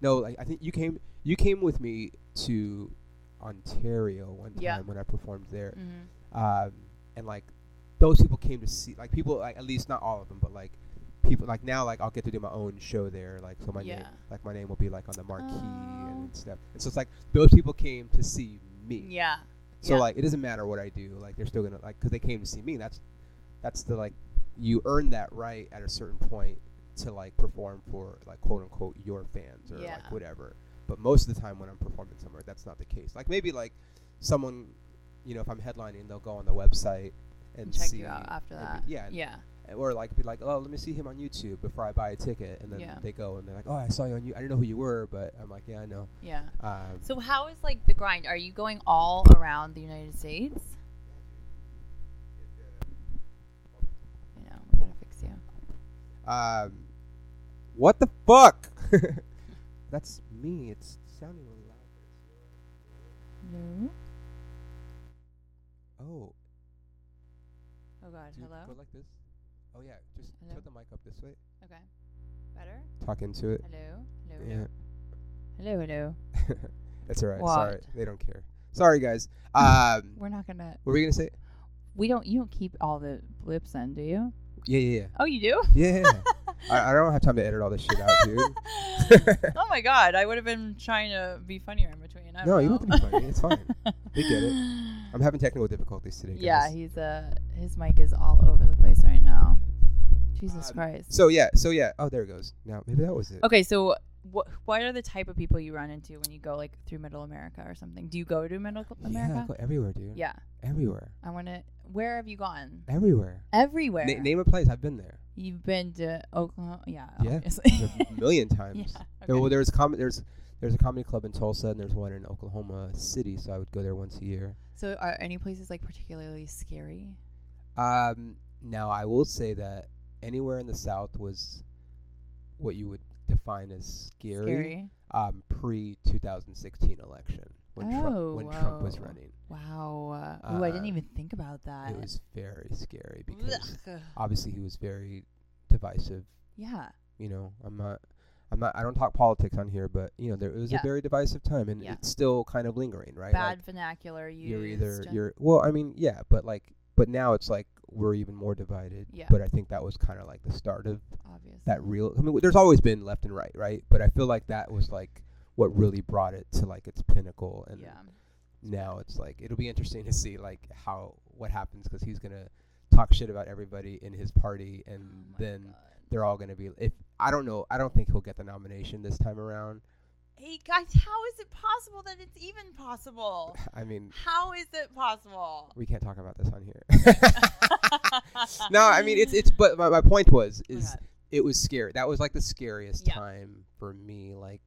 A: no, like I think you came. You came with me to Ontario one time
B: Yeah.
A: when I performed there.
B: Mm-hmm.
A: um, and like those people came to see like people like at least not all of them but like people like now like I'll get to do my own show there like so my name
B: Yeah.
A: like my name will be like on the marquee
B: Oh.
A: and stuff and so it's like those people came to see me
B: Yeah.
A: so
B: yeah.
A: like it doesn't matter what I do like they're still gonna like because they came to see me that's that's the like you earn that right at a certain point to like perform for like quote unquote your fans or
B: Yeah.
A: like whatever but most of the time when I'm performing somewhere that's not the case like maybe like someone you know if I'm headlining they'll go on the website and
B: check
A: see
B: you out after
A: and be-
B: that.
A: yeah, and-
B: Yeah.
A: or like be like oh let me see him on YouTube before I buy a ticket and then
B: Yeah.
A: they go and they're like oh I saw you on you I didn't know who you were but I'm like yeah I know
B: Yeah.
A: um,
B: So how is like the grind? Are you going all around the United States? You know, we gotta fix you.
A: Um, what the fuck? That's me. It's sounding really loud.
B: No.
A: Oh,
B: Oh God.
A: do you
B: Hello.
A: go like this? Oh yeah, just
B: Hello?
A: put the mic up this way.
B: Okay. Better.
A: Talk into it.
B: Hello. Hello.
A: Yeah,
B: Hello. Hello.
A: that's alright.
B: What?
A: Sorry, they don't care. Sorry guys. Um, what
B: We're not gonna.
A: were you gonna say?
B: We don't. You don't keep all the blips in, do you?
A: Yeah, yeah,
B: Oh, you do.
A: yeah. yeah. I, I don't have time to edit all this shit out, dude.
B: oh my god, I would have been trying to be funnier in between. I
A: no,
B: don't
A: you don't
B: know.
A: have to be funny. It's fine. We get it. I'm having technical difficulties today, guys.
B: yeah, he's uh his mic is all over the place right now. Jesus
A: Um,
B: Christ.
A: So yeah, so yeah. Oh, there it goes. Now maybe that was it.
B: Okay, so what what are the type of people you run into when you go like through Middle America or something? Do you go to Middle
A: Yeah, I
B: America?
A: go everywhere, dude.
B: Yeah,
A: Everywhere.
B: I want to. Where have you gone?
A: Everywhere.
B: Everywhere.
A: Na- name a place. I've been there.
B: You've been to Oklahoma. Yeah.
A: Yeah.
B: Obviously.
A: a million times.
B: yeah.
A: There-
B: okay.
A: well, there's com- there's there's a comedy club in Tulsa and there's one in Oklahoma City, so I would go there once a year.
B: So are any places like particularly scary?
A: Um, now I will say that anywhere in the South was what you would define as scary,
B: Scary.
A: um, pre 2016 election when Trump when Trump was
B: Oh,
A: running.
B: Wow. Uh, Ooh, I didn't
A: Uh,
B: even think about that.
A: It was very scary because
B: Ugh.
A: obviously he was very divisive.
B: Yeah.
A: You know, I'm not. I'm not, I don't talk politics on here, but you know there it was
B: Yeah.
A: a very divisive time, and
B: Yeah.
A: it's still kind of lingering, right? Like,
B: Bad vernacular used.
A: you're either
B: and-
A: you're well i mean yeah but like but now it's like we're even more divided
B: Yeah.
A: but i think that was kind of like the start of
B: obviously.
A: that real i mean there's always been left and right right but i feel like that was like what really brought it to like its pinnacle and
B: yeah.
A: now it's like it'll be interesting to see like how what happens because he's gonna talk shit about everybody in his party and
B: Oh my
A: then
B: God.
A: they're all gonna be if i don't know i don't think he'll get the nomination this time around
B: Hey guys, how is it possible that it's even possible?
A: i mean
B: How is it possible? Oh
A: we can't talk about this on here no i mean it's it's but my, my point was
B: Oh my
A: is
B: God.
A: it was scary. That was like the scariest
B: Yeah.
A: time for me, like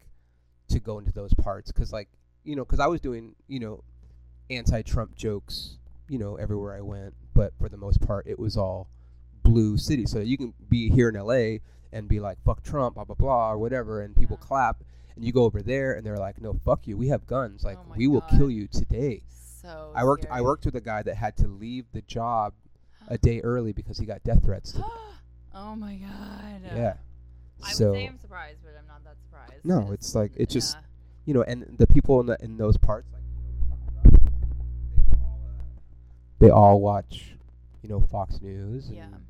A: to go into those parts, because like you know, because I was doing you know anti-Trump jokes, you know, everywhere I went, but for the most part, it was all blue city. So you can be here in LA and be like "fuck Trump," blah blah blah, or whatever, and people
B: Yeah.
A: clap, and you go over there and they're like, "No, fuck you. We have guns. Like
B: Oh my
A: we will
B: God.
A: kill you today."
B: so
A: I worked. I
B: scary.
A: worked with a guy that had to leave the job a day early because he got death threats. To,
B: oh my god.
A: yeah.
B: I
A: so.
B: would say I'm surprised, but I'm not that surprised.
A: No, it's like it's just
B: yeah.
A: you know, and the people in the, in those parts, like you know, they all, uh, they all watch, you know, Fox News.
B: Yeah.
A: and-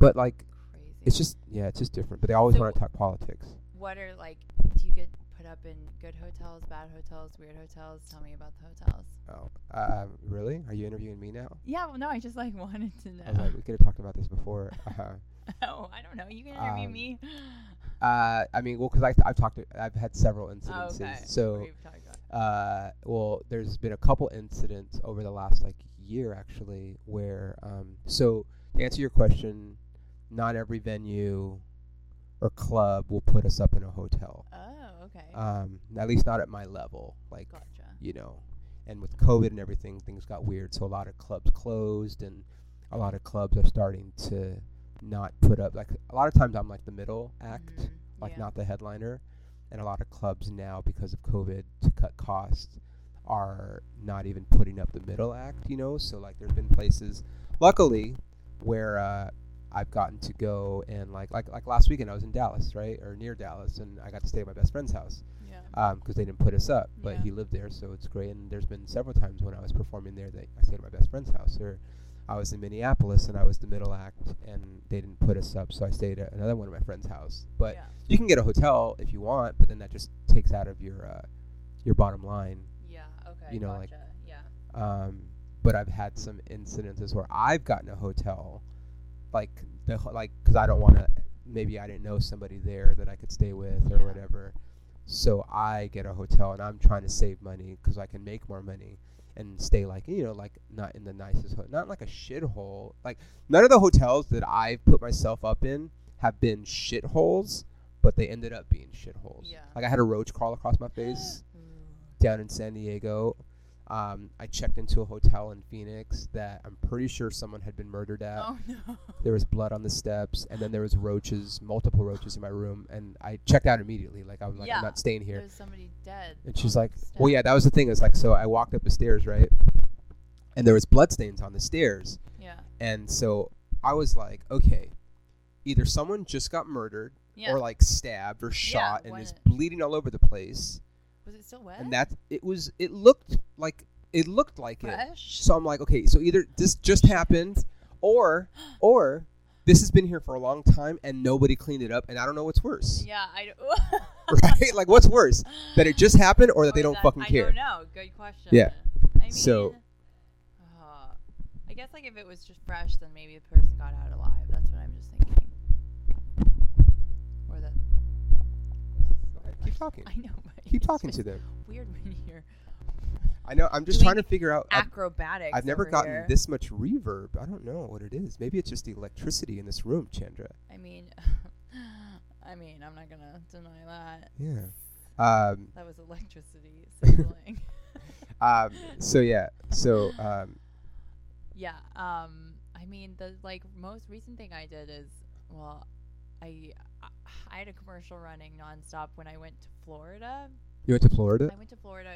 A: But like,
B: crazy.
A: Mm. it's just yeah, it's just different. But they always
B: So-
A: want to talk politics.
B: what are like do you get put up in good hotels, bad hotels, weird hotels? Tell me about the hotels.
A: Oh, um, really? Are you interviewing me now?
B: Yeah, well no, I just like wanted to know.
A: I was like, we could have talked about this before. Uh,
B: oh, I don't know. You can interview
A: Um,
B: me.
A: uh, I mean, well, because I I've talked to, I've had several incidences.
B: Oh, okay.
A: So
B: We've talked about
A: uh, well, there's been a couple incidents over the last like year actually where um, so to answer your question, not every venue or club will put us up in a hotel.
B: Oh, okay.
A: Um, at least not at my level, like
B: gotcha.
A: you know. And with COVID and everything, things got weird. So a lot of clubs closed, and a lot of clubs are starting to not put up. Like a lot of times, I'm like the middle act
B: Mhm,
A: like
B: yeah.
A: not the headliner. And a lot of clubs now, because of COVID, to cut costs, are not even putting up the middle act. You know, so like there's been places, luckily, where uh, I've gotten to go and like like like last weekend I was in Dallas, right, or near Dallas, and I got to stay at my best friend's house
B: Yeah.
A: because um, they didn't put us up, but
B: Yeah.
A: he lived there, so it's great. And there's been several times when I was performing there that I stayed at my best friend's house, or I was in Minneapolis and I was the middle act, and they didn't put us up, so I stayed at another one of my friend's house. But
B: yeah.
A: you can get a hotel if you want, but then that just takes out of your uh, your bottom line.
B: Yeah, okay.
A: you know, like-
B: gotcha. yeah.
A: Um, but I've had some incidences where I've gotten a hotel, like the ho- like because I don't want to. Maybe I didn't know somebody there that I could stay with or
B: Yeah.
A: whatever. So I get a hotel and I'm trying to save money because I can make more money and stay like you know like not in the nicest ho- not like a shithole like none of the hotels that I've put myself up in have been shitholes but they ended up being shitholes
B: Yeah.
A: like I had a roach crawl across my face down in San Diego. Um, I checked into a hotel in Phoenix that I'm pretty sure someone had been murdered at.
B: oh no.
A: There was blood on the steps, and then there was roaches, multiple roaches in my room, and I checked out immediately. Like I was like,
B: Yeah.
A: I'm not staying here.
B: There's somebody dead.
A: And she's
B: on
A: like,
B: the
A: Well,
B: step.
A: yeah, that was the thing. Is like, so I walked up the stairs, right, and there was bloodstains on the stairs,
B: Yeah.
A: and so I was like, okay, either someone just got murdered
B: Yeah.
A: or like stabbed or shot and
B: one-
A: is bleeding all over the place,
B: was it still wet?
A: and that it was it looked like it looked like it.
B: Fresh?
A: So I'm like, okay, so either this just happened, or or this has been here for a long time and nobody cleaned it up, and I don't know what's worse,
B: yeah, I don't.
A: right? Like, what's worse, that it just happened or that they
B: Or
A: don't
B: that-
A: fucking
B: Oh I
A: care?
B: don't know. Good question.
A: Yeah.
B: I mean,
A: So-
B: uh, I guess like if it was just fresh, then maybe the person got out alive. That's what I'm just thinking. Or that.
A: Keep talking.
B: I know. but
A: Keep
B: it's
A: talking
B: just
A: to them.
B: Weird when you're
A: I know. I'm just
B: doing
A: trying to figure out. I've,
B: acrobatic.
A: I've never gotten this much reverb. I don't know what it is. Maybe it's just the electricity in this room, Chandra.
B: I mean, I mean, I'm not gonna deny that.
A: Yeah. Um,
B: That was electricity sizzling.
A: um, so yeah. So um,
B: yeah. Um. I mean, the like most recent thing I did is well, I I had a commercial running nonstop when I went to Florida.
A: you went to Florida.
B: I went to Florida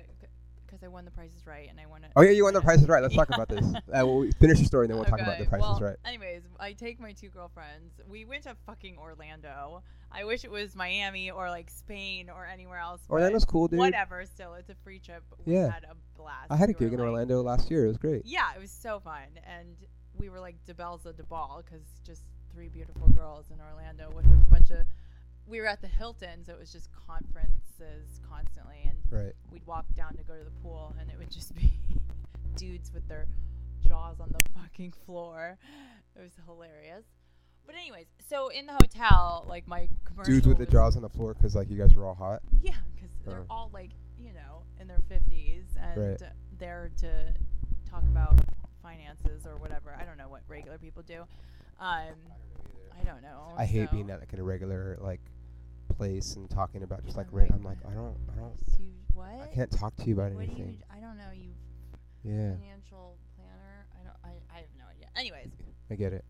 B: because I won the Price is Right, and I won it.
A: Oh yeah, you won the Price is Right. Let's talk
B: Yeah.
A: about this. Uh, well, we finish the story, and then we'll talk about the Price
B: well,
A: is Right.
B: Anyways, I take my two girlfriends. We went to fucking Orlando. I wish it was Miami or like Spain or anywhere else. but
A: Orlando's cool, dude.
B: Whatever. Still, it's a free trip. We
A: Yeah.
B: had a blast.
A: I had a
B: We were,
A: gig in
B: like-
A: Orlando last year. It was great.
B: Yeah, it was so fun, and we were like DeBelza DeBall because just three beautiful girls in Orlando with a bunch of. We were at the Hilton, so it was just conferences constantly, and
A: Right.
B: we'd walk down to go to the pool and it would just be dudes with their jaws on the fucking floor. It was hilarious. But anyways, so in the hotel, like my commercial
A: Dudes with the
B: was-
A: jaws on the floor because like you guys were all hot.
B: Yeah, because they're
A: Oh.
B: all like you know in their fifties and
A: Right.
B: there to talk about finances or whatever. I don't know what regular people do. Um, I don't know.
A: I hate
B: so-
A: being at like in a regular like place and talking about just like
B: I'm
A: ra-
B: like,
A: I'm like I don't I don't
B: So you- what?
A: I can't talk to you about
B: what do you?
A: anything.
B: I don't know. You
A: Yeah,
B: financial planner? I don't. I, I have no idea. Anyways,
A: I get it.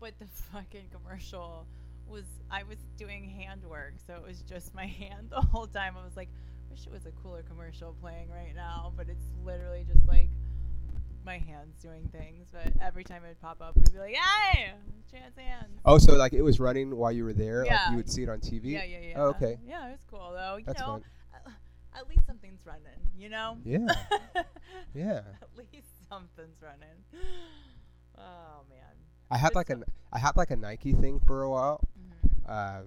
B: but the fucking commercial was I was doing handwork, so it was just my hand the whole time. I was like, wish it was a cooler commercial playing right now, but it's literally just like my hands doing things. But every time it would pop up, we'd be like, "Hey, chance hands."
A: Oh, so like it was running while you were there. Like
B: Yeah.
A: you would see it on TV.
B: Yeah, yeah, yeah.
A: Oh, okay.
B: Yeah, it was cool though. You
A: That's
B: know,
A: fun.
B: a- at least something's running. You know.
A: Yeah, yeah.
B: at least something's running. Oh man.
A: I had
B: Good
A: like
B: stuff.
A: an I had like a Nike thing for a while.
B: Mhm.
A: Um,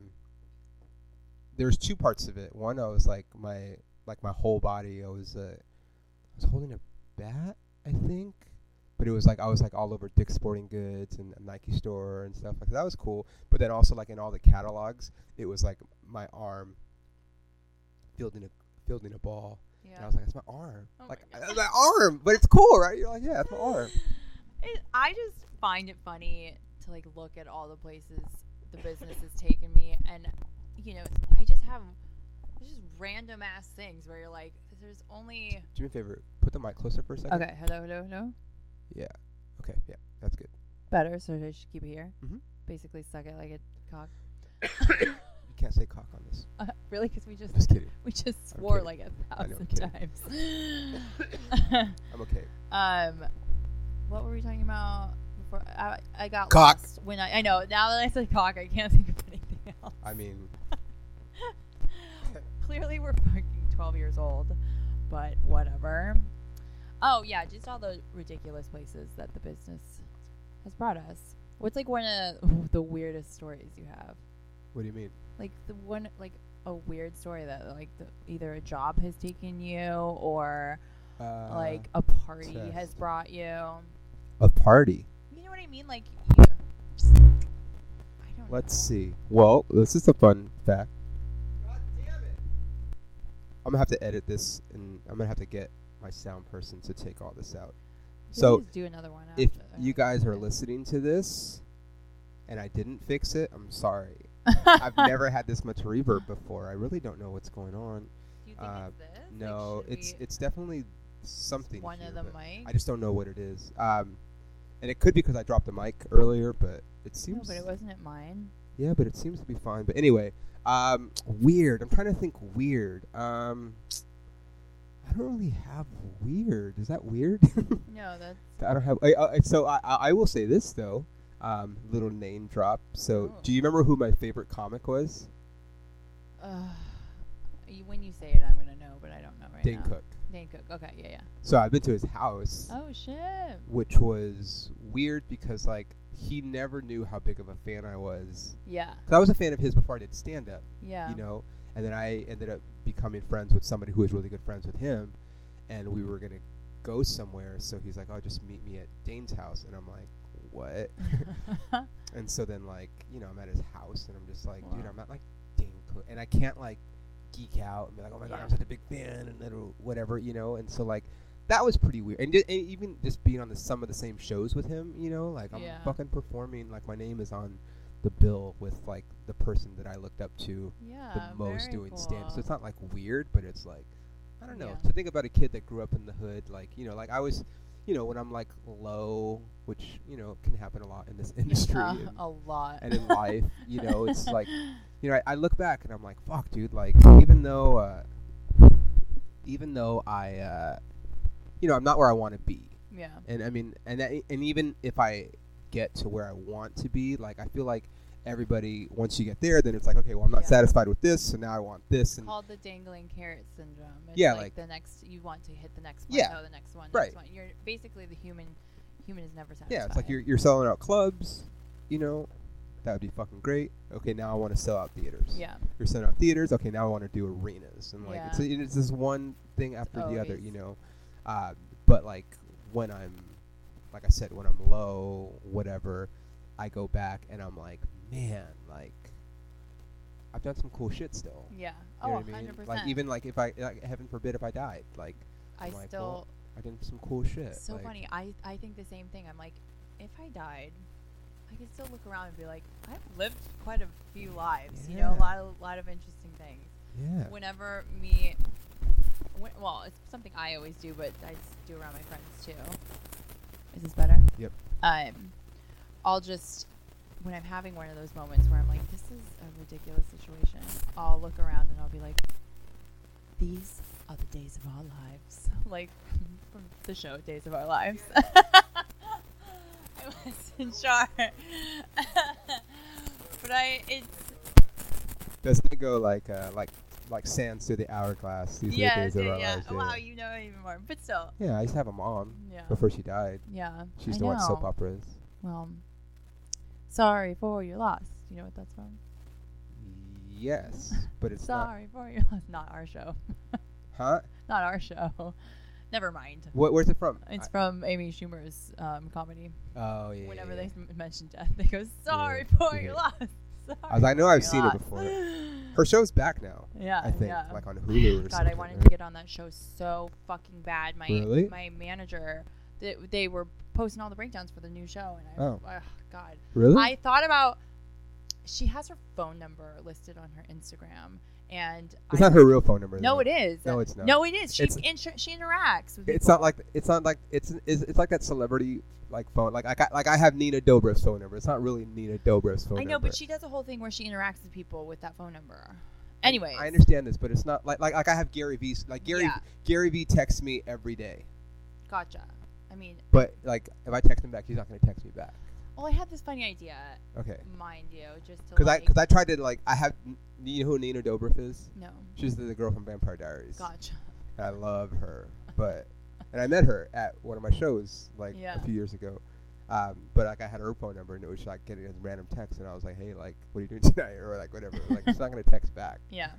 A: there was two parts of it. One, I was like my like my whole body. I was uh, I was holding a bat, I think. But it was like I was like all over Dick's Sporting Goods and Nike store and stuff like that. was cool. But then also like in all the catalogs, it was like my arm fielding a fielding a ball. And I
B: Yeah.
A: was like, that's my arm.
B: Oh my
A: like
B: God.
A: that's my arm, but it's cool, right? You're like, yeah, that's my arm.
B: It, I just find it funny to like look at all the places the business has taken me, and you know, I just have there's just random ass things where you're like, there's only
A: Do me a favor, put the mic closer for a second.
B: hello, hello, hello,
A: Okay. Yeah, that's good.
B: better, so I should keep it here.
A: Mhm.
B: Basically, suck it like a cock.
A: You can't say cock on this.
B: Uh, really? Because we just
A: Just kidding.
B: we just
A: I'm
B: swore
A: kidding.
B: like a
A: I know, I'm
B: thousand times.
A: I'm okay.
B: Um, what were we talking about before? I, I got
A: Cock.
B: lost when I, I know. Now that I said cock, I can't think of anything else.
A: I mean,
B: Clearly, we're fucking twelve years old, but whatever. Oh yeah, just all the ridiculous places that the business has brought us. What's like one of the weirdest stories you have?
A: what do you mean?
B: Like the one, like a weird story that like the, either a job has taken you or
A: Uh,
B: like a party has
A: test.
B: brought you.
A: a party.
B: You know what I mean? Like, you, I don't
A: Let's
B: know.
A: see. Well, this is a fun fact. God damn it! I'm gonna have to edit this, and I'm gonna have to get my sound person to take all this out.
B: We
A: So,
B: can just do another one.
A: if
B: after-
A: you guys are listening to this, and I didn't fix it, I'm sorry. I've never had this much reverb before. I really don't know what's going on.
B: Do you think
A: uh,
B: it's this? Like,
A: No,
B: should
A: it's
B: we-
A: it's definitely something.
B: one
A: here,
B: of the
A: but-
B: mics.
A: I just don't know what it is. Um, and it could be because I dropped the mic earlier, but it
B: no,
A: seems.
B: but it wasn't it mine.
A: Yeah, but it seems to be fine. But anyway, um, weird. I'm trying to think weird. Um, I don't really have weird. Is that weird?
B: No, that's
A: I don't have. I, I, so I, I I will say this though. Um, little name drop. So
B: Oh.
A: do you remember who my favorite comic was?
B: uh, you, when you say it, I'm gonna know, but I don't know right
A: Dane
B: now.
A: Cook.
B: Dane Cook. Okay, yeah, yeah.
A: So I've been to his house.
B: Oh shit.
A: which was weird because like he never knew how big of a fan I was.
B: Yeah,
A: 'Cause I was a fan of his before I did stand up,
B: yeah.
A: you know. And then I ended up becoming friends with somebody who was really good friends with him, and we were gonna go somewhere. So he's like, "Oh, just meet me at Dane's house," and I'm like, "What?" and so then like you know I'm at his house and I'm just like, "Dude,
B: Wow.
A: I'm not like Dane Cook," and I can't like geek out and be like, oh my god,
B: Yeah.
A: I'm such a big fan and little whatever, you know. And so like that was pretty weird. And, ju- and even just being on the some of the same shows with him, you know, like I'm
B: Yeah.
A: fucking performing. Like my name is on the bill with like the person that I looked up to
B: Yeah.
A: the most
B: Uh, very
A: doing
B: cool.
A: stand. So it's not like weird, but it's like I don't know.
B: Yeah.
A: To think about a kid that grew up in the hood, like you know, like I was, you know, when I'm like low, which you know can happen a lot in this industry
B: Uh,
A: and,
B: a lot.
A: and in life. You know, it's like you know, I, I look back and I'm like, fuck, dude. Like even though, uh, even though I, uh, you know, I'm not where I want to be,
B: yeah.
A: and I mean, and that, and even if I get to where I want to be, like I feel like everybody once you get there, then it's like, okay, well, I'm not
B: Yeah.
A: satisfied with this, so now I want this, and
B: called the dangling carrot syndrome. It's
A: Yeah,
B: like,
A: like-
B: the next you want to hit the next one,
A: Yeah,
B: oh, the next one, the
A: right.
B: next one. You're basically the human. Human is never satisfied.
A: yeah, it's like you're you're selling out clubs, you know. That would be fucking great. Okay, now I want to sell out theaters.
B: Yeah,
A: You're selling out theaters. Okay, now I want to do arenas. And like, it's,
B: Yeah.
A: it's this one thing after the other,
B: always-
A: you know. Uh, but like when I'm, like I said, when I'm low, whatever, I go back and I'm like, man, like I've done some cool shit still.
B: yeah.
A: You know
B: Oh,
A: what I mean?
B: 100%.
A: Like even like if I, like, heaven forbid, if I died, like
B: I
A: I'm like,
B: still.
A: well, I did some cool shit.
B: so
A: like,
B: funny. I, I think the same thing. I'm like, if I died, I could still look around and be like, I've lived quite a few lives. You know, a
A: Yeah.
B: lot of lot of interesting things.
A: Yeah.
B: Whenever me, when, well, it's something I always do, but I s- do around my friends too. Is this better?
A: Yep.
B: Um, I'll just when I'm having one of those moments where I'm like, this is a ridiculous situation. I'll look around and I'll be like, these are the days of our lives, like from the show Days of Our Lives. I wasn't sure, but I it's
A: Doesn't it go like uh, like like sands through the hourglass? These
B: yeah,
A: are the days
B: dude,
A: of our
B: yeah.
A: lives.
B: Wow, you know it even more. But still,
A: yeah, I used to have a mom
B: yeah,
A: before she died.
B: yeah.
A: She used
B: I
A: to watch soap
B: know.
A: operas.
B: Well, sorry for your loss. You know what that's from?
A: Yes, but it's not.
B: sorry for your loss. Not our show.
A: Huh?
B: Not our show. Never mind.
A: What? Where's it from?
B: It's from Amy Schumer's um, comedy.
A: I, oh yeah.
B: Whenever
A: yeah,
B: they
A: yeah.
B: m- mention death, they go, "Sorry for
A: yeah.
B: your loss."
A: I was like, I know I've seen
B: Sorry
A: it
B: for
A: before.
B: your loss."
A: Her show's back now.
B: yeah,
A: I think
B: yeah.
A: like on Hulu or
B: God,
A: something.
B: I wanted to
A: right?
B: get on that show so fucking bad. My
A: Really?
B: my manager, they, they were posting all the breakdowns for the new show, and I,
A: Oh.
B: ugh, God,
A: Really?
B: I thought about. She has her phone number listed on her Instagram, and
A: it's
B: I,
A: not her real phone number.
B: No,
A: though.
B: it is.
A: No, it's not.
B: No, it is. She
A: It's-
B: inter- she interacts with.
A: It's
B: people.
A: not like it's not like it's it's, it's like that celebrity like phone like I got- like I have Nina Dobrev's phone number. It's not really Nina Dobrev's phone
B: I
A: number.
B: know, but she does a whole thing where she interacts with people with that phone number. Anyway,
A: I understand this, but it's not like like, like I have Gary V's like Gary
B: Yeah.
A: Gary V texts me every day,
B: gotcha. I mean,
A: but like if I text him back, he's not gonna text me back.
B: well, I had this funny idea,
A: Okay,
B: mind you, just to
A: because I
B: like,
A: because I tried to like I have you know who Nina Dobrev is?
B: no,
A: She's the, the girl from Vampire Diaries.
B: gotcha.
A: And I love her, but and I met her at one of my shows like
B: Yeah.
A: a few years ago. Um, but like I had her phone number and it was like getting a random text and I was like, hey, like what are you doing tonight or like whatever. Like she's not gonna text back.
B: Yeah.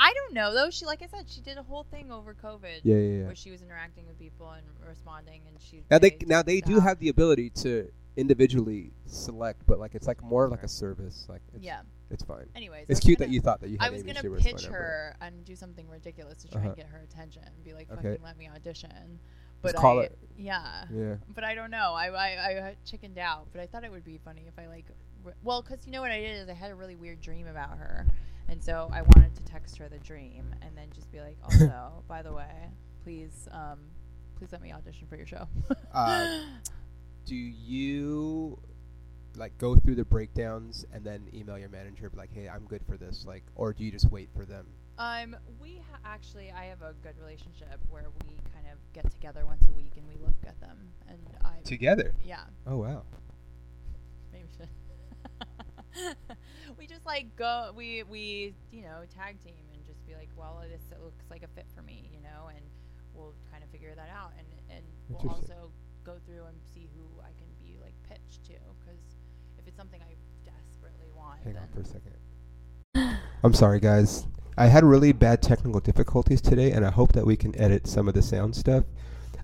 B: I don't know though. She like I said, she did a whole thing over COVID
A: Yeah, yeah, yeah.
B: where she was interacting with people and responding and she
A: Now they
B: really
A: now they do
B: stopped.
A: have the ability to individually select, but like it's like more like a service. Like it's,
B: Yeah.
A: it's fine.
B: Anyways. I
A: It's
B: was
A: cute
B: gonna-
A: that you thought that you had
B: I was
A: Amy
B: gonna
A: Schumer's phone
B: pitch
A: number.
B: her and do something ridiculous to try
A: Uh-huh.
B: and get her attention and be like,
A: Okay.
B: fucking let me audition. But
A: call
B: I
A: it.
B: yeah.
A: Yeah.
B: But I don't know. I, I I chickened out. But I thought it would be funny if I like, re- well, because you know what I did is I had a really weird dream about her, and so I wanted to text her the dream and then just be like, also, by the way, please, um, please let me audition for your show.
A: Um, do you like go through the breakdowns and then email your manager be like hey i'm good for this like or do you just wait for them
B: um, we ha- actually I have a good relationship where we kind of get together once a week and we look at them and I
A: together
B: yeah
A: oh wow
B: Maybe we should. we just like go. We we you know tag team and just be like, well, this looks like a fit for me, you know, and we'll kind of figure that out, and and we'll
A: Interesting.
B: also go through and see who I can be like pitched to, because if it's something I desperately want,
A: hang
B: then
A: on for a second i'm sorry guys i had really bad technical difficulties today and i hope that we can edit some of the sound stuff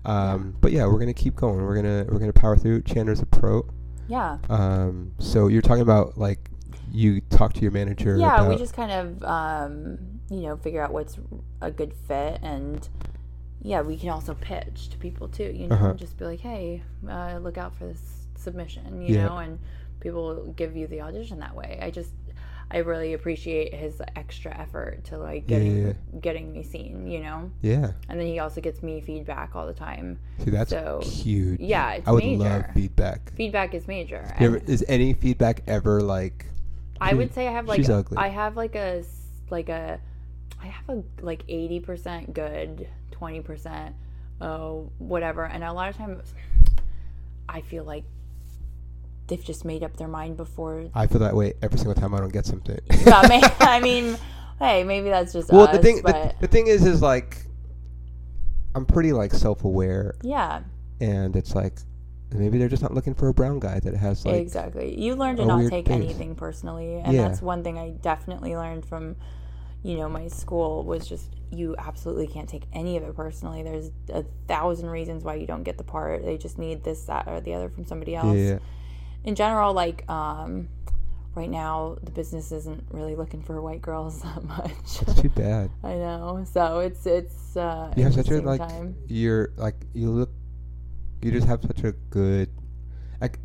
A: um, but yeah we're gonna keep going we're gonna we're gonna power through chandler's a pro
B: yeah,
A: um, so you're talking about like you talk to your manager.
B: yeah we
A: about-
B: just kind of um, you know figure out what's a good fit and yeah we can also pitch to people too you know
A: Uh-huh.
B: just be like hey uh, look out for this submission you
A: Yeah.
B: know and people will give you the audition that way i just i really appreciate his extra effort to like
A: Yeah,
B: getting
A: yeah,
B: getting me seen you know
A: yeah.
B: and then he also gets me feedback all the time
A: See, that's
B: So,
A: huge.
B: yeah, it's
A: I would
B: major.
A: love feedback.
B: feedback is major
A: You
B: and
A: ever- is any feedback ever like?
B: I would say I have like
A: she's ugly.
B: I have like a s- like a I have a like eighty percent good, twenty percent oh whatever, and a lot of times I feel like they've just made up their mind before.
A: I feel that way every single time I don't get something.
B: Yeah, I mean, I mean, hey, maybe that's just
A: well,
B: us,
A: the thing the,
B: but
A: the thing is, is like, I'm pretty like self-aware,
B: yeah,
A: and it's like maybe they're just not looking for a brown guy that has like
B: exactly. You learn to
A: a
B: not
A: weird
B: take
A: taste.
B: anything personally, and
A: Yeah.
B: that's one thing I definitely learned from you know my school was just you absolutely can't take any of it personally. There's a thousand reasons why you don't get the part. They just need this, that, or the other from somebody
A: yeah,
B: else.
A: yeah.
B: In general, like um, right now, the business isn't really looking for white girls that
A: It's
B: much.
A: too bad.
B: I know, so it's it's uh,
A: You have such a
B: interesting
A: like
B: time.
A: you're like you look you just have such a good like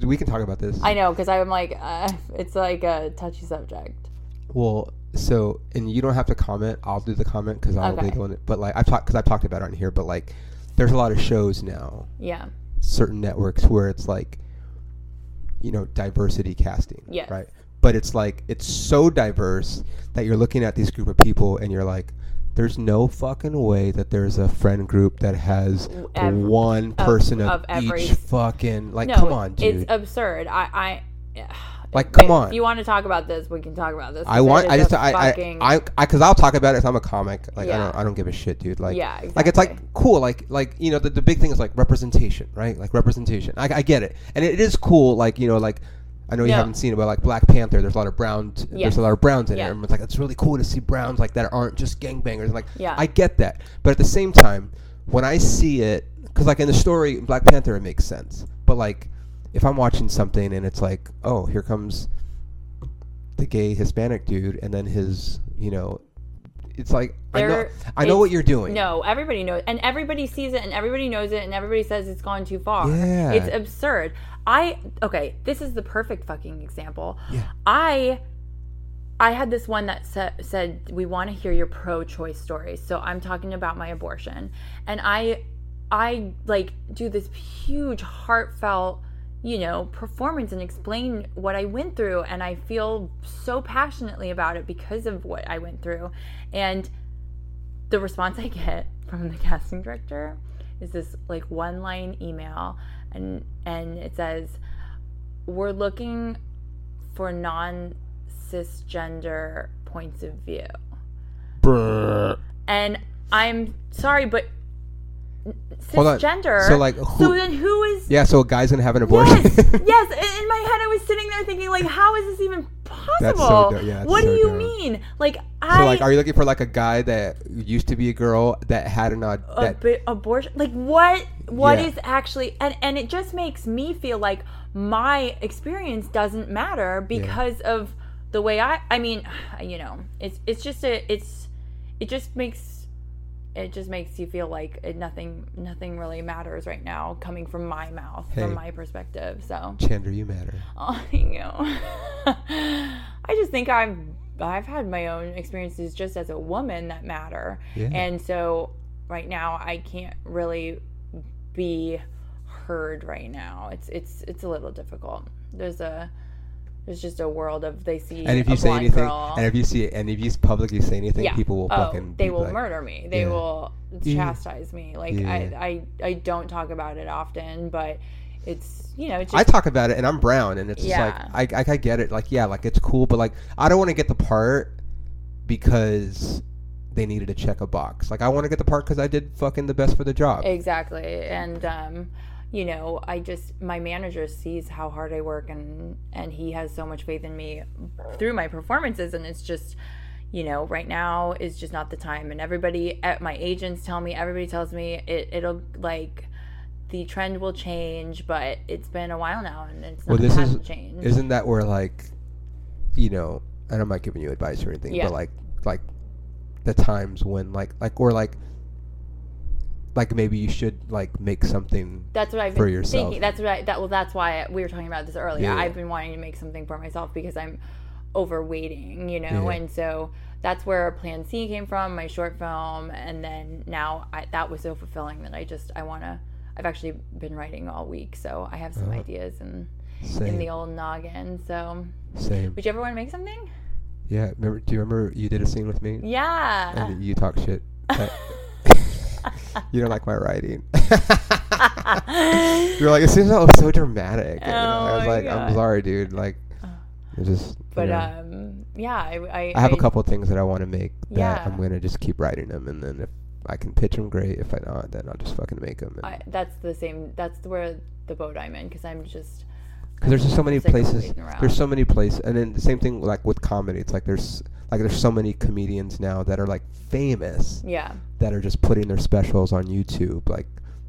A: we can talk about this.
B: I know because I'm like uh, it's like a touchy subject.
A: Well, so and you don't have to comment. I'll do the comment because I'll be
B: Okay.
A: the one. But like I've talked because I've talked about it on here. But like, there's a lot of shows now,
B: Yeah,
A: certain networks where it's like, you know, diversity casting.
B: Yes.
A: Right. But it's like it's so diverse that you're looking at this group of people and you're like, there's no fucking way that there's a friend group that has
B: Ev-
A: one person of,
B: of every-
A: each fucking like.
B: no,
A: come on, dude.
B: it's absurd. I I
A: like, come
B: If
A: on.
B: you want to talk about this, we can talk about this.
A: I
B: That
A: want.
B: is
A: I just.
B: a
A: I. I.
B: fucking-
A: I. Because I'll talk about it. If I'm a comic, like I
B: Yeah.
A: don't. I don't give a shit, dude. Like.
B: yeah, exactly.
A: Like it's like cool. Like like you know the, the big thing is like representation, right? Like representation. I, I get it, and it is cool. Like you know like. I know you
B: No.
A: haven't seen it, but like Black Panther, there's a lot of browns. There's
B: Yes.
A: a lot of browns in it.
B: Yeah.
A: Everyone's like, it's really cool to see browns like that aren't just gangbangers. And like,
B: Yeah.
A: I get that, but at the same time, when I see it, because like in the story in Black Panther, it makes sense. But like, if I'm watching something and it's like, oh, here comes the gay Hispanic dude, and then his, you know, it's like I know,
B: There-
A: I know
B: it's-
A: what you're doing.
B: no, everybody knows, and everybody sees it, and everybody knows it, and everybody says it's gone too far.
A: Yeah.
B: It's absurd. I okay, this is the perfect fucking example.
A: Yeah.
B: I I had this one that sa- said we want to hear your pro-choice stories. So I'm talking about my abortion, and I I like do this huge heartfelt you know performance and explain what I went through, and I feel so passionately about it because of what I went through, and the response I get from the casting director is this like one line email and and it says we're looking for non cisgender points of view
A: Brrr.
B: and I'm sorry but
A: Hold on.
B: cisgender
A: So, like, who-
B: so then who is
A: Yeah, so a guy's gonna have an abortion.
B: Yes, yes. In in my head, I was sitting there thinking, like, how is this even possible?
A: so dumb. Yeah, that's
B: what
A: so
B: do you
A: dumb.
B: mean? Like, I
A: so like, are you looking for like a guy that used to be a girl that had an odd
B: a
A: that?
B: bit abortion like what What is
A: Yeah.
B: actually and and it just makes me feel like my experience doesn't matter because of the way i i mean you know it's it's just a it's it just makes it just makes you feel like it- nothing nothing really matters right now coming from my mouth
A: Hey.
B: from my perspective so
A: Chandra, you matter.
B: oh, you know i just think i've i've had my own experiences just as a woman that matter
A: Yeah.
B: and so right now I can't really be heard right now. It's it's it's a little difficult. There's a there's just a world of they see
A: And if you
B: a
A: say
B: blonde
A: anything,
B: girl,
A: and if you see, and if you publicly say anything,
B: Yeah.
A: people will
B: oh
A: fucking.
B: they
A: be
B: will
A: like,
B: murder me. They
A: Yeah.
B: will
A: Yeah.
B: chastise me. Like
A: Yeah.
B: I, I I don't talk about it often, but it's you know it's
A: I
B: just
A: talk about it, and I'm brown, and it's
B: Yeah.
A: just like I, I, I get it. Like, yeah, like it's cool, but like I don't want to get the part because they needed to check a box. Like, I want to get the part because I did fucking the best for the job.
B: Exactly. And um, you know, I just my manager sees how hard I work and and he has so much faith in me through my performances and it's just you know, right now is just not the time and everybody at my agents tell me, everybody tells me it it'll like the trend will change, but it's been a while now and it's not
A: Well, this is-
B: hasn't changed.
A: Isn't that where like you know, and I'm not giving you advice or anything,
B: Yeah.
A: but like like the times when like like or like like maybe you should like make something
B: That's what I've
A: For
B: been
A: yourself.
B: thinking. That's what I, that well that's why we were talking about this earlier.
A: Yeah.
B: I've been wanting to make something for myself because I'm overweighting, you know,
A: Yeah.
B: and so that's where Plan C came from, my short film, and then now I, that was so fulfilling that I just I want to. I've actually been writing all week, so I have some
A: Uh-huh.
B: ideas and in
A: same
B: the old noggin. So
A: same.
B: would you ever want to make something?
A: Yeah, remember do you remember you did a scene with me?
B: Yeah.
A: And you talk shit. Uh, you don't like my writing. You're like, it seems all so dramatic. And I was
B: Oh my
A: like, I'm
B: God. Uh,
A: sorry, dude. Like, it just. you
B: but
A: know.
B: um, yeah, I I,
A: I have
B: a
A: a couple things that I want to make that
B: Yeah.
A: I'm gonna just keep writing them, and then if I can pitch them, great. If I not, then I'll just fucking make them.
B: I, that's the same. That's where the boat I'm in because I'm just
A: Because there's just so many
B: It's like
A: places.
B: waiting around.
A: There's so many places, and then the same thing like with comedy. It's like there's like there's so many comedians now that are like famous
B: yeah,
A: that are just putting their specials on YouTube. Like,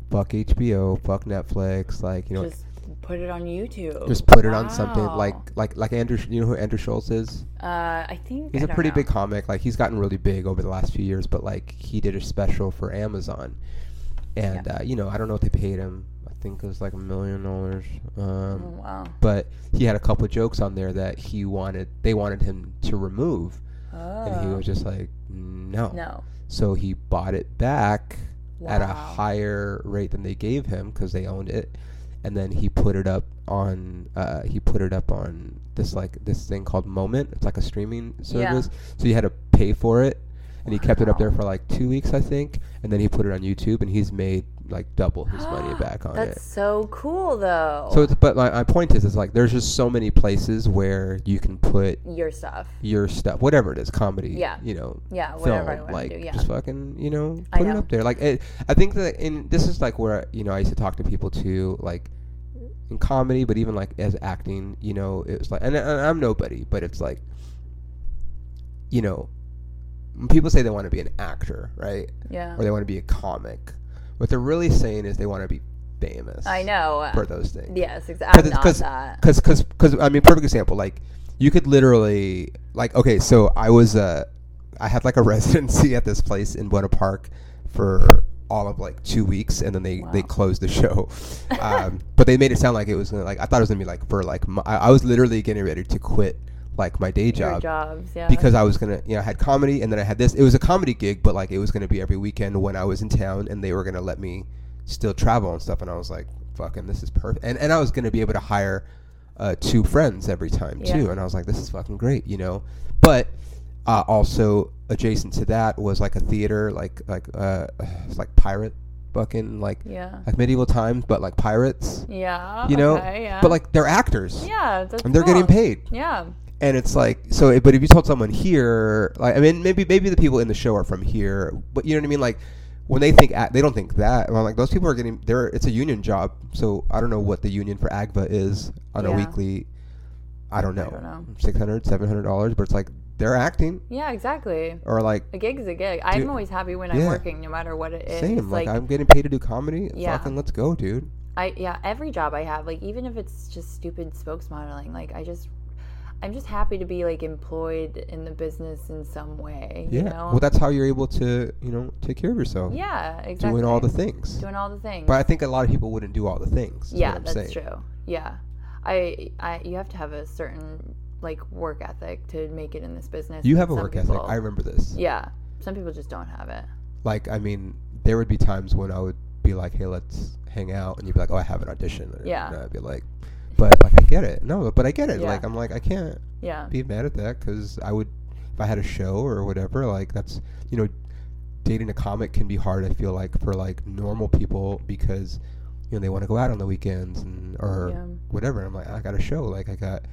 A: fuck HBO, fuck Netflix. Like you know,
B: just put it on YouTube.
A: just put it on something
B: Wow.
A: like like like Andrew. You know who Andrew Schultz is?
B: uh, I think
A: He's
B: I
A: a
B: don't
A: pretty
B: know.
A: big comic. Like he's gotten really big over the last few years, but like he did a special for Amazon, and uh, you know I don't know what they paid him. I think it was like a million dollars.
B: Oh,
A: Um,
B: wow.
A: But he had a couple jokes on there that he wanted. They wanted him to remove,
B: Oh.
A: and he was just like, no.
B: no.
A: So he bought it back at a
B: Wow.
A: higher rate than they gave him because they owned it, and then he put it up on uh, he put it up on this like this thing called Moment. It's like a streaming service, so you had to pay for it, and he kept it up there for like two weeks, I think, and then he put it on YouTube, and he's made like double his money back on
B: That's
A: it.
B: so cool though.
A: So, it's, but my, my point is, is like there's just so many places where you can put
B: your stuff.
A: your stuff, whatever it is, comedy,
B: Yeah.
A: you know,
B: Yeah,
A: film,
B: whatever I want
A: like
B: to do. Yeah.
A: just fucking, you know,
B: I
A: put it
B: know.
A: up there. Like it, I think that in this is like where you know I used to talk to people too, like in comedy, but even like as acting, you know, it was like, and, and I'm nobody, but it's like, you know, when people say they want to be an actor, right,
B: Yeah.
A: or they want to be a comic, what they're really saying is they want to be famous.
B: I know.
A: for those things.
B: Yes,
A: Cause
B: exactly.
A: it's-
B: I'm not
A: cause-
B: that.
A: Cause, cause, cause, I mean, perfect example. Like, you could literally, like, okay, so I was, uh, I had like a residency at this place in Buena Park for all of like two weeks, and then they they
B: Wow.
A: closed the show. Um, but they made it sound like it was gonna, like I thought it was gonna be like for like mo- I, I was literally getting ready to quit like my day
B: Your
A: job
B: jobs. Yeah.
A: because I was gonna, you know, I had comedy and then I had this. It was a comedy gig, but like it was gonna be every weekend when I was in town, and they were gonna let me still travel and stuff. And I was like, "Fucking, this is perfect." And and I was gonna be able to hire uh, two friends every time
B: Yeah.
A: too. And I was like, "This is fucking great," you know. But uh, also adjacent to that was like a theater, like like uh, it's like pirate fucking like
B: yeah.
A: like medieval times, but like pirates,
B: Yeah.
A: you know.
B: Okay, yeah.
A: But like they're actors,
B: Yeah. That's
A: and they're
B: cool.
A: getting paid
B: Yeah.
A: and it's like so it- but if you told someone here like i mean maybe maybe the people in the show are from here but you know what i mean like when they think a- they don't think that well, like those people are getting they're it's a union job so i don't know what the union for agva is on a
B: Yeah.
A: weekly i don't know,
B: I don't know.
A: Six hundred, seven hundred dollars but it's like they're acting
B: Yeah. Exactly.
A: or like
B: A gig's a gig.
A: Dude,
B: I'm always happy when I'm
A: yeah.
B: working, no matter what it is.
A: same like,
B: Like,
A: i'm getting paid to do comedy
B: Yeah.
A: fucking let's go dude
B: I yeah, every job I have, like even if it's just stupid spokes modeling, like I just I'm just happy to be like employed in the business in some way.
A: yeah
B: You know?
A: well that's how you're able to you know take care of yourself
B: yeah, exactly.
A: doing all the things
B: doing all the things.
A: but i think a lot of people wouldn't do all the things is
B: yeah,
A: what I'm
B: that's
A: saying.
B: true. Yeah. I I you have to have a certain like work ethic to make it in this business.
A: you
B: and
A: have a
B: some
A: work ethic
B: people-
A: i remember this
B: Yeah. Some people just don't have it.
A: like I mean, there would be times when I would be like, "Hey, let's hang out," and you'd be like, "Oh, I have an audition." And
B: Yeah.
A: I'd be like, "But like, I get it. No, but I get it.
B: Yeah.
A: Like, I'm like, I can't
B: Yeah.
A: be mad at that because I would, if I had a show or whatever. Like, that's you know, dating a comic can be hard. I feel like for like normal people because you know they want to go out on the weekends and or
B: Yeah.
A: whatever. And I'm like, I got a show. Like, I got,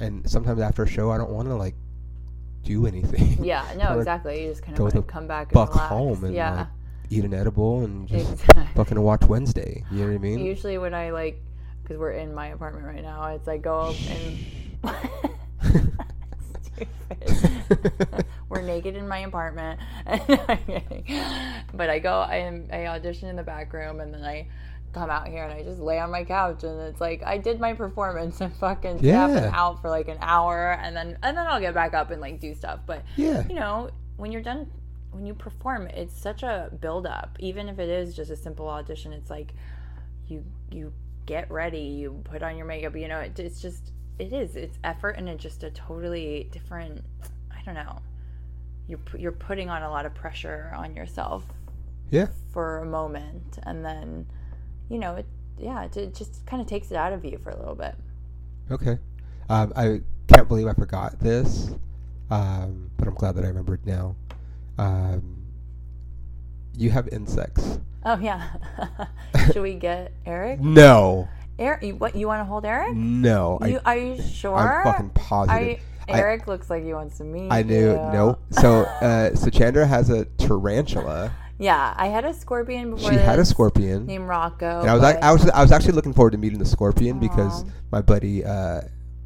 A: and sometimes after a show, I don't want to like do anything.
B: Yeah,
A: Or
B: no, exactly. You just kind
A: go
B: of want to
A: the
B: come back and
A: Buck
B: relax.
A: home and
B: yeah.
A: like eat an edible and just
B: exactly.
A: fucking watch Wednesday. You know what I mean?
B: Usually when I like, because we're in my apartment right now, it's like go up and stupid. we're naked in my apartment. I'm kidding. but I go, I am, I audition in the back room, and then I come out here and I just lay on my couch and it's like I did my performance and fucking tap
A: Yeah.
B: out for like an hour and then and then I'll get back up and like do stuff. But
A: Yeah.
B: you know, when you're done when you perform, it's such a build up. Even if it is just a simple audition, it's like you you get ready, you put on your makeup, you know, it, it's just it is. It's effort and it's just a totally different I don't know. You're pu- you're putting on a lot of pressure on yourself
A: Yeah.
B: for a moment and then you know it yeah it, it just kind of takes it out of you for a little bit
A: Okay. Um, I can't believe I forgot this, um, but I'm glad that I remembered now. Um, you have insects.
B: oh yeah should we get eric
A: No.
B: eric you, what you want to hold eric
A: No.
B: you are you sure
A: I, I'm fucking
B: I,
A: positive. I-
B: eric looks like he wants to meet
A: I knew.
B: you.
A: No. So, uh, so Chandra has a tarantula.
B: yeah i had a scorpion before
A: She had a
B: this
A: scorpion.
B: named rocco
A: And I was like,
B: but-
A: I was, I was actually looking forward to meeting the scorpion because
B: Aw.
A: my buddy, uh,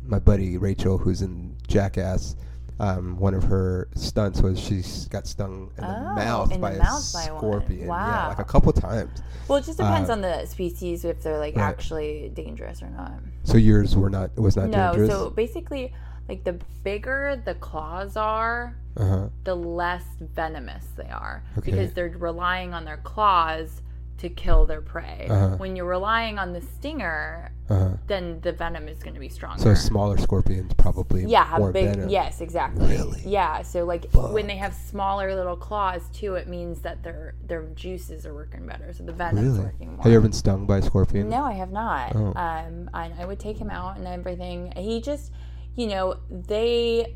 A: my buddy Rachel, who's in Jackass, um, one of her stunts was she got stung in the
B: Oh,
A: mouth
B: in
A: by
B: the
A: a
B: mouth by one.
A: scorpion. Yeah, like a
B: Wow.
A: couple times.
B: well it just depends
A: uh,
B: on the species if they're like
A: right.
B: actually dangerous or not
A: So yours were not was not
B: no
A: dangerous.
B: so basically like the bigger the claws are
A: uh-huh.
B: the less venomous they are
A: Okay.
B: because they're relying on their claws to kill their prey.
A: Uh-huh.
B: When you're relying on the stinger,
A: Uh-huh.
B: then the venom is going to be stronger.
A: So smaller scorpions probably
B: yeah, have
A: more
B: big.
A: venom.
B: Yes, exactly.
A: Really?
B: Yeah, so like when they have smaller little claws too, it means that their their juices are working better, so the venom's
A: Really?
B: working more.
A: Have you ever been stung by a scorpion?
B: No, I have not.
A: Oh.
B: Um, and I would take him out and everything. He just, you know, they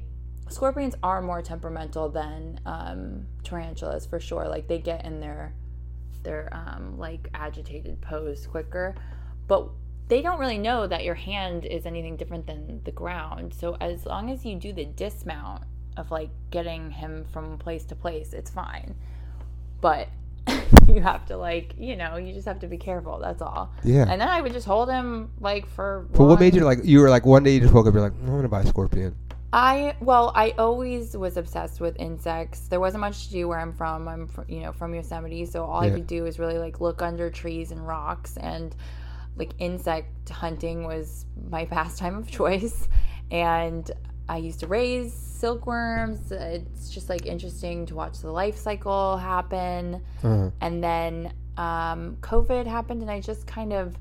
B: scorpions are more temperamental than um, tarantulas for sure. Like they get in their their um, like agitated pose quicker, but they don't really know that your hand is anything different than the ground. So as long as you do the dismount of like getting him from place to place, it's fine. But you have to like, you know, you just have to be careful. That's all.
A: Yeah.
B: And then I would just hold him like for.
A: but what made
B: one-
A: you like? You were like one day you just woke up. You're like, I'm gonna buy a scorpion.
B: I well, I always was obsessed with insects. There wasn't much to do where I'm from. I'm fr- you know from Yosemite, so all I
A: Yeah.
B: could do is really like look under trees and rocks, and like insect hunting was my pastime of choice. And I used to raise silkworms. It's just like interesting to watch the life cycle happen.
A: Uh-huh.
B: And then um, COVID happened, and I just kind of,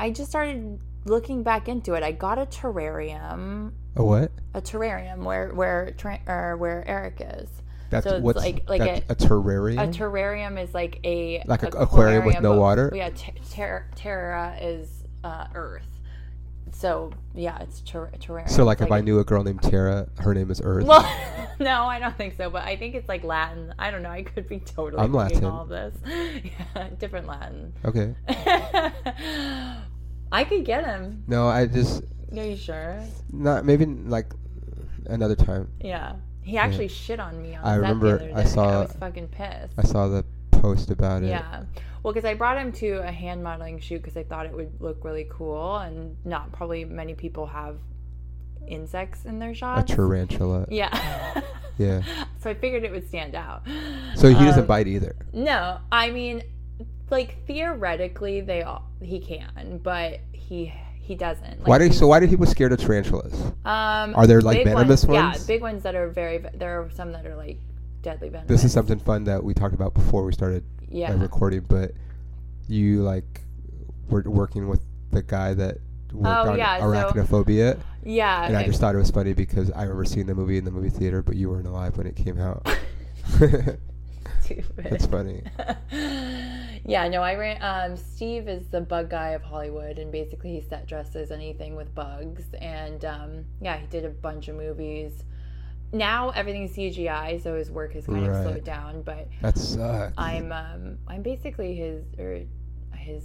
B: I just started looking back into it. I got a terrarium
A: A what?
B: a terrarium where where tra- or where Eric is.
A: That's
B: So it's
A: what's
B: like- like
A: that's
B: a-
A: a terrarium.
B: A terrarium is like a
A: Hmm. Like a aquarium with no
B: but-
A: water?
B: Yeah, ter- ter- terra is uh, earth. So yeah, it's ter- terrarium.
A: So, like,
B: It's
A: if I knew a girl named Tara, her name is Earth.
B: Well, no, I don't think so. But I think it's like Latin. I don't know. I could be totally
A: I'm
B: making
A: Latin.
B: all of this. Yeah, different Latin.
A: okay.
B: I could get him.
A: No, I just
B: Are you sure?
A: not maybe like another time.
B: Yeah. He actually shit on me on
A: I
B: set
A: remember
B: the other
A: I
B: day. I
A: saw-
B: was fucking pissed.
A: I saw the post about it.
B: Yeah. Well, because I brought him to a hand modeling shoot because I thought it would look really cool, and not probably many people have insects in their
A: A
B: shots.
A: tarantula.
B: yeah.
A: Yeah.
B: so I figured it would stand out.
A: So he doesn't
B: Um,
A: bite either.
B: No, I mean, like theoretically, they all he can, but he he doesn't. Like,
A: why do so? Why do people scared of tarantulas?
B: Um,
A: Are there, like,
B: big
A: venomous ones?
B: Yeah, big ones that are very. ve- There are some that are like deadly venomous.
A: This is something fun that we talked about before we started uh,
B: Yeah.
A: recording. But you like were working with the guy that worked
B: Oh,
A: on
B: yeah, so-
A: arachnophobia,
B: Yeah.
A: and I
B: okay.
A: just thought it was funny because I remember seeing the movie in the movie theater, but you weren't alive when it came out.
B: Stupid.
A: That's funny.
B: yeah, no, I ran. Um, Steve is the bug guy of Hollywood, and basically he set dresses anything with bugs. And um, yeah, he did a bunch of movies. Now everything's CGI, so his work has kind
A: Right.
B: of slowed down. But
A: That sucks.
B: I'm um, I'm basically his or his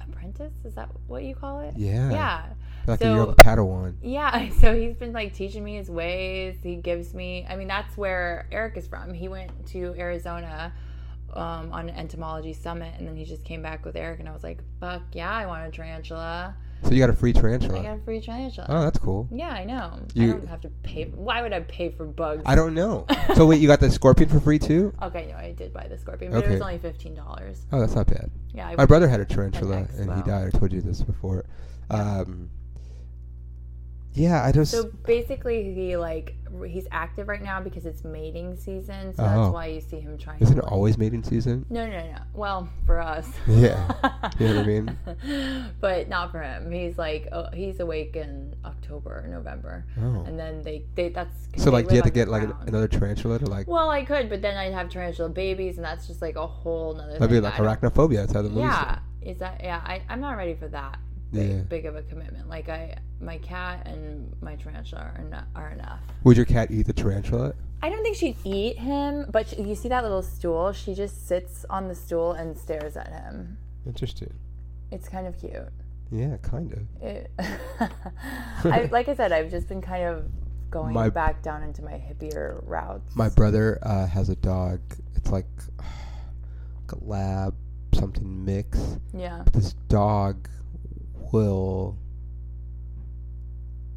B: apprentice. Is that what you call it?
A: Yeah.
B: Yeah.
A: Like a
B: So-
A: young Padawan.
B: Yeah, so he's been like teaching me his ways. He gives me, I mean, that's where Eric is from. He went to Arizona um, on an entomology summit and then he just came back with Eric and I was like, fuck yeah, I want a tarantula.
A: So you got a free
B: I
A: tarantula.
B: got a free tarantula.
A: Oh, that's cool.
B: Yeah, I know.
A: You-
B: I don't have to pay. Why would I pay for bugs?
A: I don't know. so wait, you got the scorpion for free too?
B: Okay, no, I did buy the scorpion, but it was
A: Okay.
B: only fifteen dollars.
A: Oh, that's not bad.
B: Yeah, I
A: My brother had a tarantula
B: An
A: and he
B: Expo.
A: died. I told you this before. Um, yeah, I just
B: So basically, he like r- he's active right now because it's mating season, so
A: Oh.
B: that's why you see him trying.
A: isn't
B: to,
A: it always mating season?
B: No, no, no. Well, for us.
A: Yeah. You know what I mean?
B: but not for him. He's like oh, he's awake in October, November,
A: Oh.
B: and then they they that's 'cause
A: So
B: they
A: like, do you have
B: live
A: to
B: on
A: get
B: the
A: like an-
B: ground.
A: another tarantula to like?
B: Well, I could, but then I'd have tarantula babies, and that's just like a whole nother.
A: That'd be
B: thing
A: like
B: that I don't-
A: arachnophobia. That's how the movies.
B: Yeah, is that yeah? I, I'm not ready for that big,
A: Yeah.
B: big of a commitment. Like I, my cat and my tarantula are, not, are enough.
A: Would your cat eat the tarantula?
B: I don't think she'd eat him, but she, you see that little stool? She just sits on the stool and stares at him.
A: Interesting.
B: It's kind of cute.
A: Yeah, kind of.
B: It, I, like I said, I've just been kind of going
A: My-
B: back down into my hippier routes.
A: My brother uh, has a dog. It's like, like a lab something mix.
B: yeah.
A: This dog will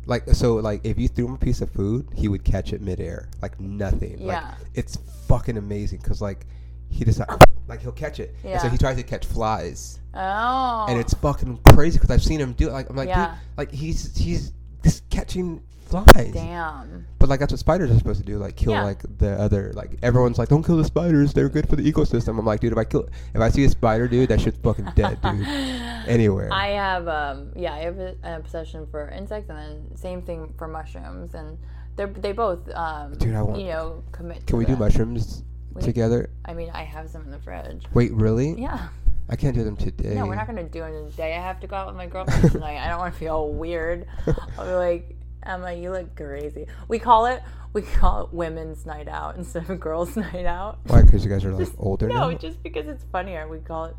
A: like so like if you threw him a piece of food, he would catch it midair like nothing. Like,
B: Yeah.
A: it's fucking amazing because like he just uh, like he'll catch it. And so
B: Yeah.
A: he tries to catch flies,
B: Oh.
A: and it's fucking crazy because I've seen him do it. Like I'm like,
B: Yeah.
A: dude, like he's he's just catching flies.
B: Oh, damn.
A: But like that's what spiders are supposed to do, like kill
B: Yeah.
A: like the other like everyone's like, Don't kill the spiders, they're good for the ecosystem. I'm like, dude, if I kill if I see a spider dude, that shit's fucking dead, dude. Anywhere.
B: I have, um, yeah, I have a- an obsession for insects, and then same thing for mushrooms, and they're they both, um,
A: Dude, I want-
B: you know, commit.
A: Can
B: to
A: we do
B: that.
A: mushrooms
B: We-
A: together?
B: I mean, I have some in the fridge.
A: Wait, really?
B: Yeah.
A: I can't do them today.
B: No, we're not gonna do it today. I have to go out with my girlfriend tonight. I don't want to feel weird. I'll be like, Emma, you look crazy. We call it we call it women's night out instead of girls' night out.
A: Why? Because you guys are like older
B: No,
A: now.
B: just because it's funnier. We call it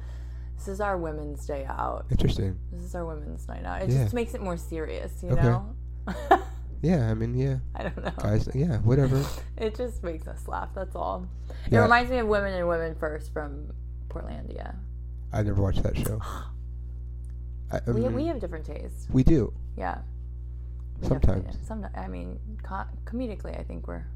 B: this is our women's day out.
A: Interesting.
B: This is our women's night out. It
A: Yeah.
B: just makes it more serious, you
A: Okay.
B: know.
A: Yeah, I mean, yeah,
B: I don't know.
A: guys, yeah, whatever.
B: It just makes us laugh. That's all. It
A: Yeah.
B: reminds me of Women and Women First from Portlandia.
A: I never watched that show. I, I
B: We,
A: mean,
B: we have different tastes.
A: we do
B: Yeah.
A: sometimes.
B: Sometimes. I mean, co- comedically, I think we're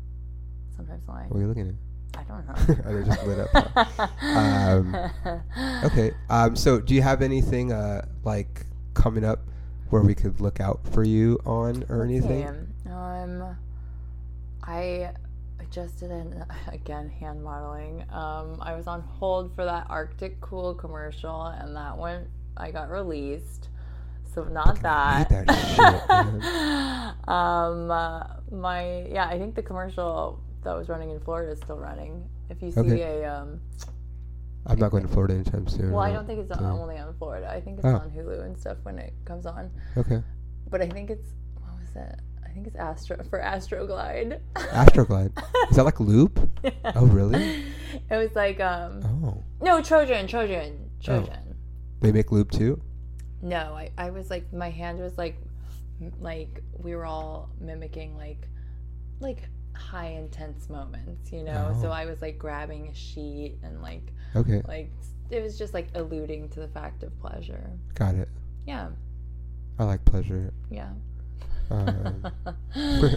B: sometimes alike.
A: What are you looking
B: I don't
A: at?
B: know.
A: I just lit up. Um, okay. Um. So, do you have anything uh like coming up where we could look out for you on or anything?
B: Damn. Um, I just did an again hand modeling. Um, I was on hold for that Arctic Cool commercial, and that one I got released. So not
A: I
B: that.
A: hate that shit,
B: um, uh, my yeah, I think the commercial that was running in Florida is still running. If you see
A: Okay.
B: a um,
A: I'm not going to Florida anytime soon.
B: well, I
A: no.
B: don't think it's on,
A: Yeah.
B: only on Florida. I think it's
A: Oh.
B: on Hulu and stuff when it comes on.
A: Okay.
B: But I think it's what was it? I think it's Astro for Astroglide.
A: Astroglide. Is that like Loop? Oh, really?
B: It was like um
A: Oh.
B: no Trojan, Trojan, Trojan.
A: They make Loop too.
B: No, I, I was like my hand was like m- like we were all mimicking like like high intense moments, you know.
A: Oh.
B: So I was like grabbing a sheet and like
A: Okay.
B: like it was just like alluding to the fact of pleasure.
A: Got it.
B: Yeah,
A: I like pleasure.
B: yeah.
A: Um,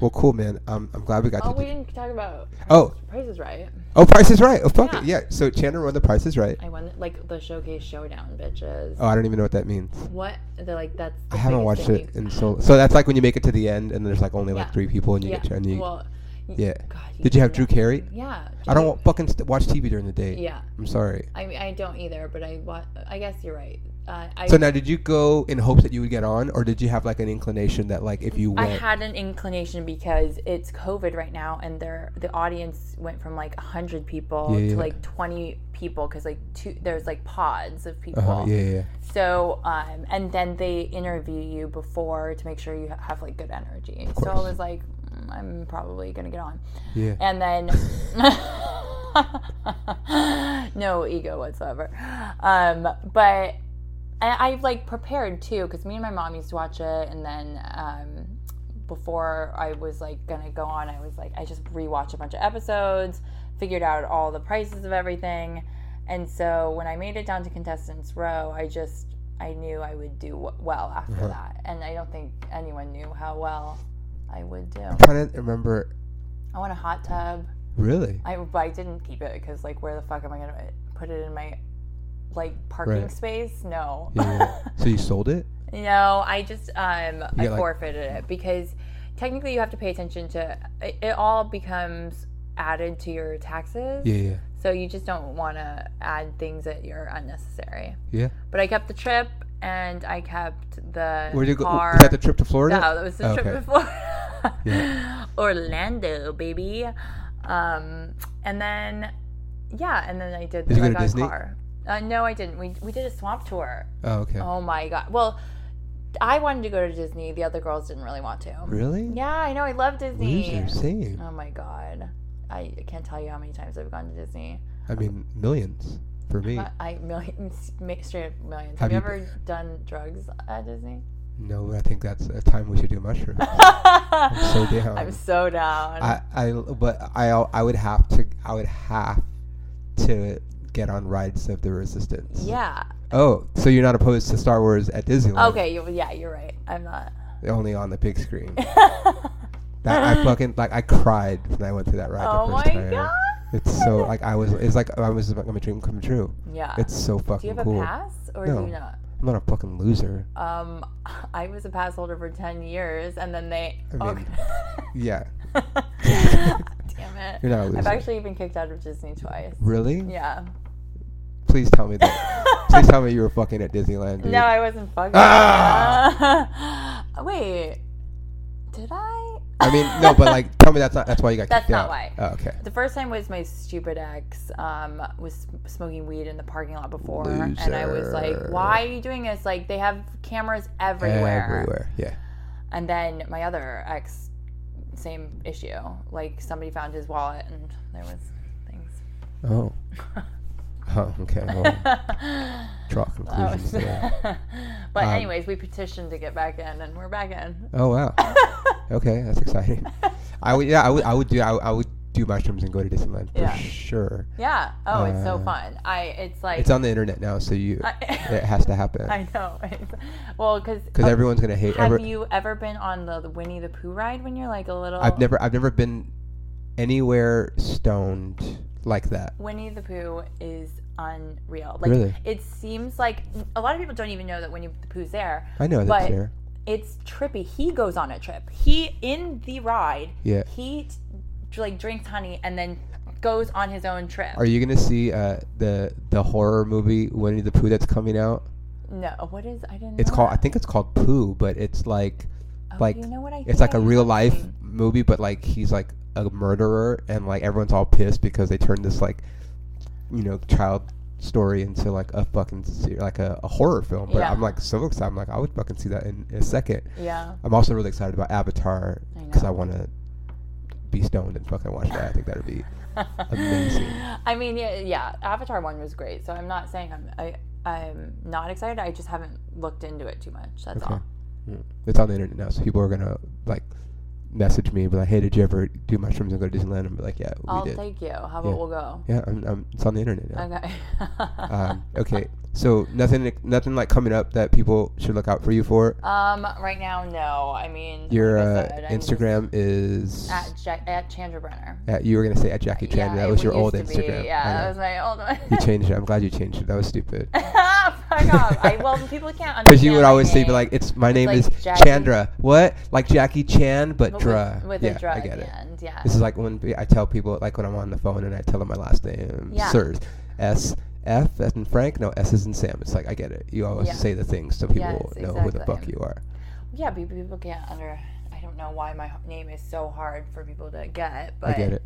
A: well, cool, man. Um, I'm glad we got
B: Oh,
A: to.
B: we
A: do-
B: didn't talk about Price
A: Oh.
B: is- Price is Right.
A: oh, Price is Right. Oh, fuck it. Yeah. So Chandler won the Price is Right.
B: I won like the Showcase Showdown, bitches.
A: Oh, I don't even know what that means.
B: What? They're like that's.
A: I
B: the
A: haven't
B: biggest
A: watched
B: thing
A: it
B: you-
A: in so. So that's like when you make it to the end and there's like only like
B: Yeah.
A: three people and you
B: Yeah.
A: get and you.
B: well. y-
A: yeah.
B: God,
A: Did you have
B: know.
A: Drew Carey?
B: Yeah.
A: I don't
B: Drew-
A: wa- fucking st- watch TV during the day.
B: Yeah.
A: I'm sorry.
B: I mean, I don't either, but I wa- I guess you're right. Uh, I
A: So now, did you go in hopes that you would get on, or did you have like an inclination that like if you
B: I
A: went,
B: had an inclination because it's COVID right now, and there the audience went from like hundred people
A: Yeah, yeah.
B: to like twenty people because like two there's like pods of people.
A: Uh-huh, yeah, yeah, yeah.
B: So, um, and then they interview you before to make sure you have like good energy. So I
A: course.
B: was like, "Mm, I'm probably gonna get on.
A: Yeah.
B: And then, no ego whatsoever. Um, but I, I've like prepared too because me and my mom used to watch it, and then um, before I was like gonna go on, I was like, I just rewatched a bunch of episodes, figured out all the prices of everything, and so when I made it down to contestants row, I just I knew I would do w- well after
A: Uh-huh.
B: that, and I don't think anyone knew how well I would do.
A: I'm trying to remember.
B: I want a hot tub.
A: Really?
B: I but I didn't keep it because like where the fuck am I gonna put it in my like parking
A: Right.
B: space? No.
A: Yeah. so you sold it?
B: No, I just um I
A: like-
B: forfeited it because technically you have to pay attention to it, it all becomes added to your taxes.
A: Yeah, yeah,
B: So you just don't want to add things that you're unnecessary.
A: yeah.
B: But I kept the trip and I kept the
A: Where'd you go?
B: car.
A: Was that the trip to Florida?
B: No, that was the trip
A: Okay.
B: before.
A: Yeah.
B: Orlando, baby. Um, and then, yeah, and then I did.
A: Did you go
B: I
A: to
B: got a
A: Disney?
B: Car. Uh, no, I didn't. We we did a swamp tour.
A: Oh, okay.
B: Oh my god. Well, I wanted to go to Disney. The other girls didn't really want to.
A: Really?
B: Yeah, I know. I love Disney.
A: Loser, same.
B: Oh my god. I can't tell you how many times I've gone to Disney.
A: I mean, millions for me.
B: But I millions, mi- straight up millions.
A: Have
B: Have,
A: you
B: you ever done drugs at Disney?
A: No, I think that's a time we should do mushrooms.
B: I'm
A: so down.
B: I'm so down.
A: Oh I, I, but I, I would have to, I would have to get on rides of the resistance.
B: yeah.
A: Oh, so you're not opposed to Star Wars at Disneyland?
B: Okay. You, yeah, you're right. I'm not.
A: Only on the big screen. that I fucking like, I cried when I went through that ride.
B: oh
A: the
B: my
A: first time.
B: god.
A: It's so like I was. It's like I was like my dream come true.
B: Yeah.
A: It's so
B: Uh, do you
A: fucking
B: have a
A: cool.
B: pass or
A: No.
B: do you not?
A: I'm not a fucking loser.
B: Um, I was a pass holder for ten years, and then they.
A: I mean- Yeah,
B: okay. Damn it.
A: you're not a
B: I've
A: loser.
B: actually been kicked out of Disney twice.
A: really?
B: Yeah.
A: Please tell me that. Please tell me you were fucking at Disneyland. Dude.
B: No, I wasn't fucking.
A: Ah!
B: Wait, did I?
A: I mean, no, but like, tell me that's not that's why you got
B: That's
A: kicked
B: not
A: out.
B: why.
A: Oh, okay.
B: the first time was my stupid ex um, was smoking weed in the parking lot before, and I was like,
A: Loser.
B: "Why are you doing this? Like, they have cameras everywhere."
A: Everywhere. Yeah.
B: And then my other ex, same issue. Like, somebody found his wallet, and there was things.
A: Oh. Oh, okay. Well, draw
B: Oh,
A: conclusions. to that.
B: but
A: Um,
B: anyways, we petitioned to get back in, and we're back in.
A: Oh wow. Okay, that's exciting. I would. Yeah, I would. I would do. I, would- I would do mushrooms and go to Disneyland for
B: Yeah.
A: sure.
B: Yeah. Oh, it's so
A: Uh,
B: fun. I. It's like.
A: It's on the internet now, so you.
B: I,
A: it has to happen
B: I know. It's, well, because.
A: because everyone's gonna hate.
B: Have
A: Every,
B: you ever been on the, the Winnie the Pooh ride when you're like a little?
A: I've never. I've never been anywhere stoned like that.
B: Winnie the Pooh is unreal. Like
A: Really?
B: it seems like a lot of people don't even know that Winnie the Pooh's there.
A: I know that's
B: But-
A: there.
B: It's trippy. He goes on a trip. He in the ride.
A: Yeah.
B: He t- like drinks honey and then goes on his own trip.
A: Are you gonna see uh, the the horror movie Winnie the Pooh that's coming out?
B: no, what is I didn't.
A: It's
B: know
A: called. I
B: that.
A: think it's called Pooh, but it's like
B: Oh,
A: like-
B: you know what I
A: it's
B: think
A: like
B: I
A: a real
B: have
A: life
B: seen.
A: movie, but like he's like a murderer, and like everyone's all pissed because they turned this like you know child story into like a fucking se- like a, a horror film. But
B: Yeah.
A: I'm like so excited. I'm like I would fucking see that in, in a second.
B: Yeah,
A: I'm also really excited about Avatar
B: I
A: because I
B: know.
A: want to be stoned and fucking watch that. I think that'd be amazing.
B: I mean, yeah, yeah, Avatar one was great. So I'm not saying I'm I, I'm not excited. I just haven't looked into it too much. That's
A: Okay.
B: all.
A: Mm. It's on the internet now, so people are gonna like message me and be like, "Hey, did you ever do mushrooms and go to Disneyland?" And be like, "Yeah, we
B: I'll
A: did."
B: take you. How about
A: Yeah.
B: we'll go?
A: yeah, I'm, I'm, it's on the internet now.
B: Okay.
A: um, okay, so nothing, nothing like coming up that people should look out for you for.
B: um, right now, no. I mean,
A: Your
B: like I
A: uh,
B: said, I'm just
A: Instagram is.
B: at ja- at Chandra Brenner.
A: at- you were gonna say at Jackie Chan.
B: Yeah,
A: that
B: it
A: was your
B: used
A: old
B: to be-
A: Instagram. I
B: yeah, that
A: know.
B: was my old one.
A: you changed it. I'm glad you changed it. That was stupid.
B: Fuck off. I, well, people can't understand.
A: Because you would
B: my
A: always say,
B: name.
A: "Be like, it's my name
B: like
A: is
B: Jackie-
A: Chandra. What? Like Jackie Chan, but,
B: But
A: Dra.
B: with, with
A: yeah,
B: a drug
A: I get it.
B: end. Yeah.
A: This is like when I tell people, like when I'm on the phone and I tell them my last name,
B: Yeah.
A: Sirs, S F as in Frank, no S as in Sam. It's like I get it. You always
B: Yeah.
A: say the things so people
B: Yes,
A: know who the fuck
B: exactly.
A: you are.
B: Yeah, but people can't under. I don't know why my h- name is so hard for people to get, but
A: I get it.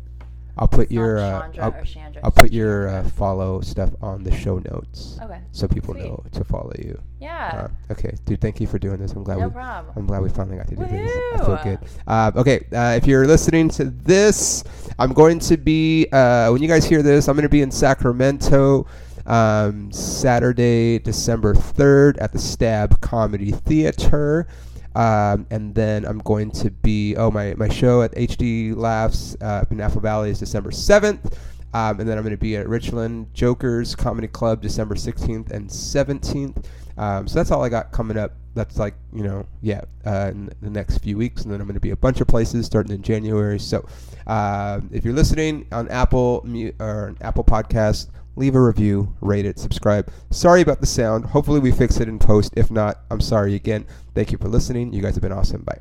A: I'll put
B: it's
A: your
B: not
A: uh,
B: Chandra
A: I'll,
B: or Chandra.
A: I'll
B: it's
A: put your uh, follow stuff on the show notes
B: Chandra. Okay.
A: so people
B: Oh, Sweet.
A: know to follow you.
B: Yeah.
A: Uh, okay, dude, thank you for doing this. I'm glad
B: no
A: we
B: problem.
A: I'm glad we finally got to do this. I feel
B: Woohoo!
A: good. Uh, okay, uh, if you're listening to this, I'm going to be uh, when you guys hear this, I'm going to be in Sacramento um, Saturday, December 3rd at the Stab Comedy Theater. Um, and then I'm going to be oh my, my show at HD Laughs uh, up in Apple Valley is December 7th. Um, and then I'm going to be at Richland Jokers Comedy Club December 16th and 17th. Um, so that's all I got coming up. That's like you know, yeah, uh, in the next few weeks, and then I'm going to be a bunch of places starting in January. So um, if you're listening on Apple Mu- or on Apple Podcast, leave a review, rate it, subscribe. Sorry about the sound. Hopefully we fix it in post. If not, I'm sorry again. Thank you for listening. You guys have been awesome. Bye.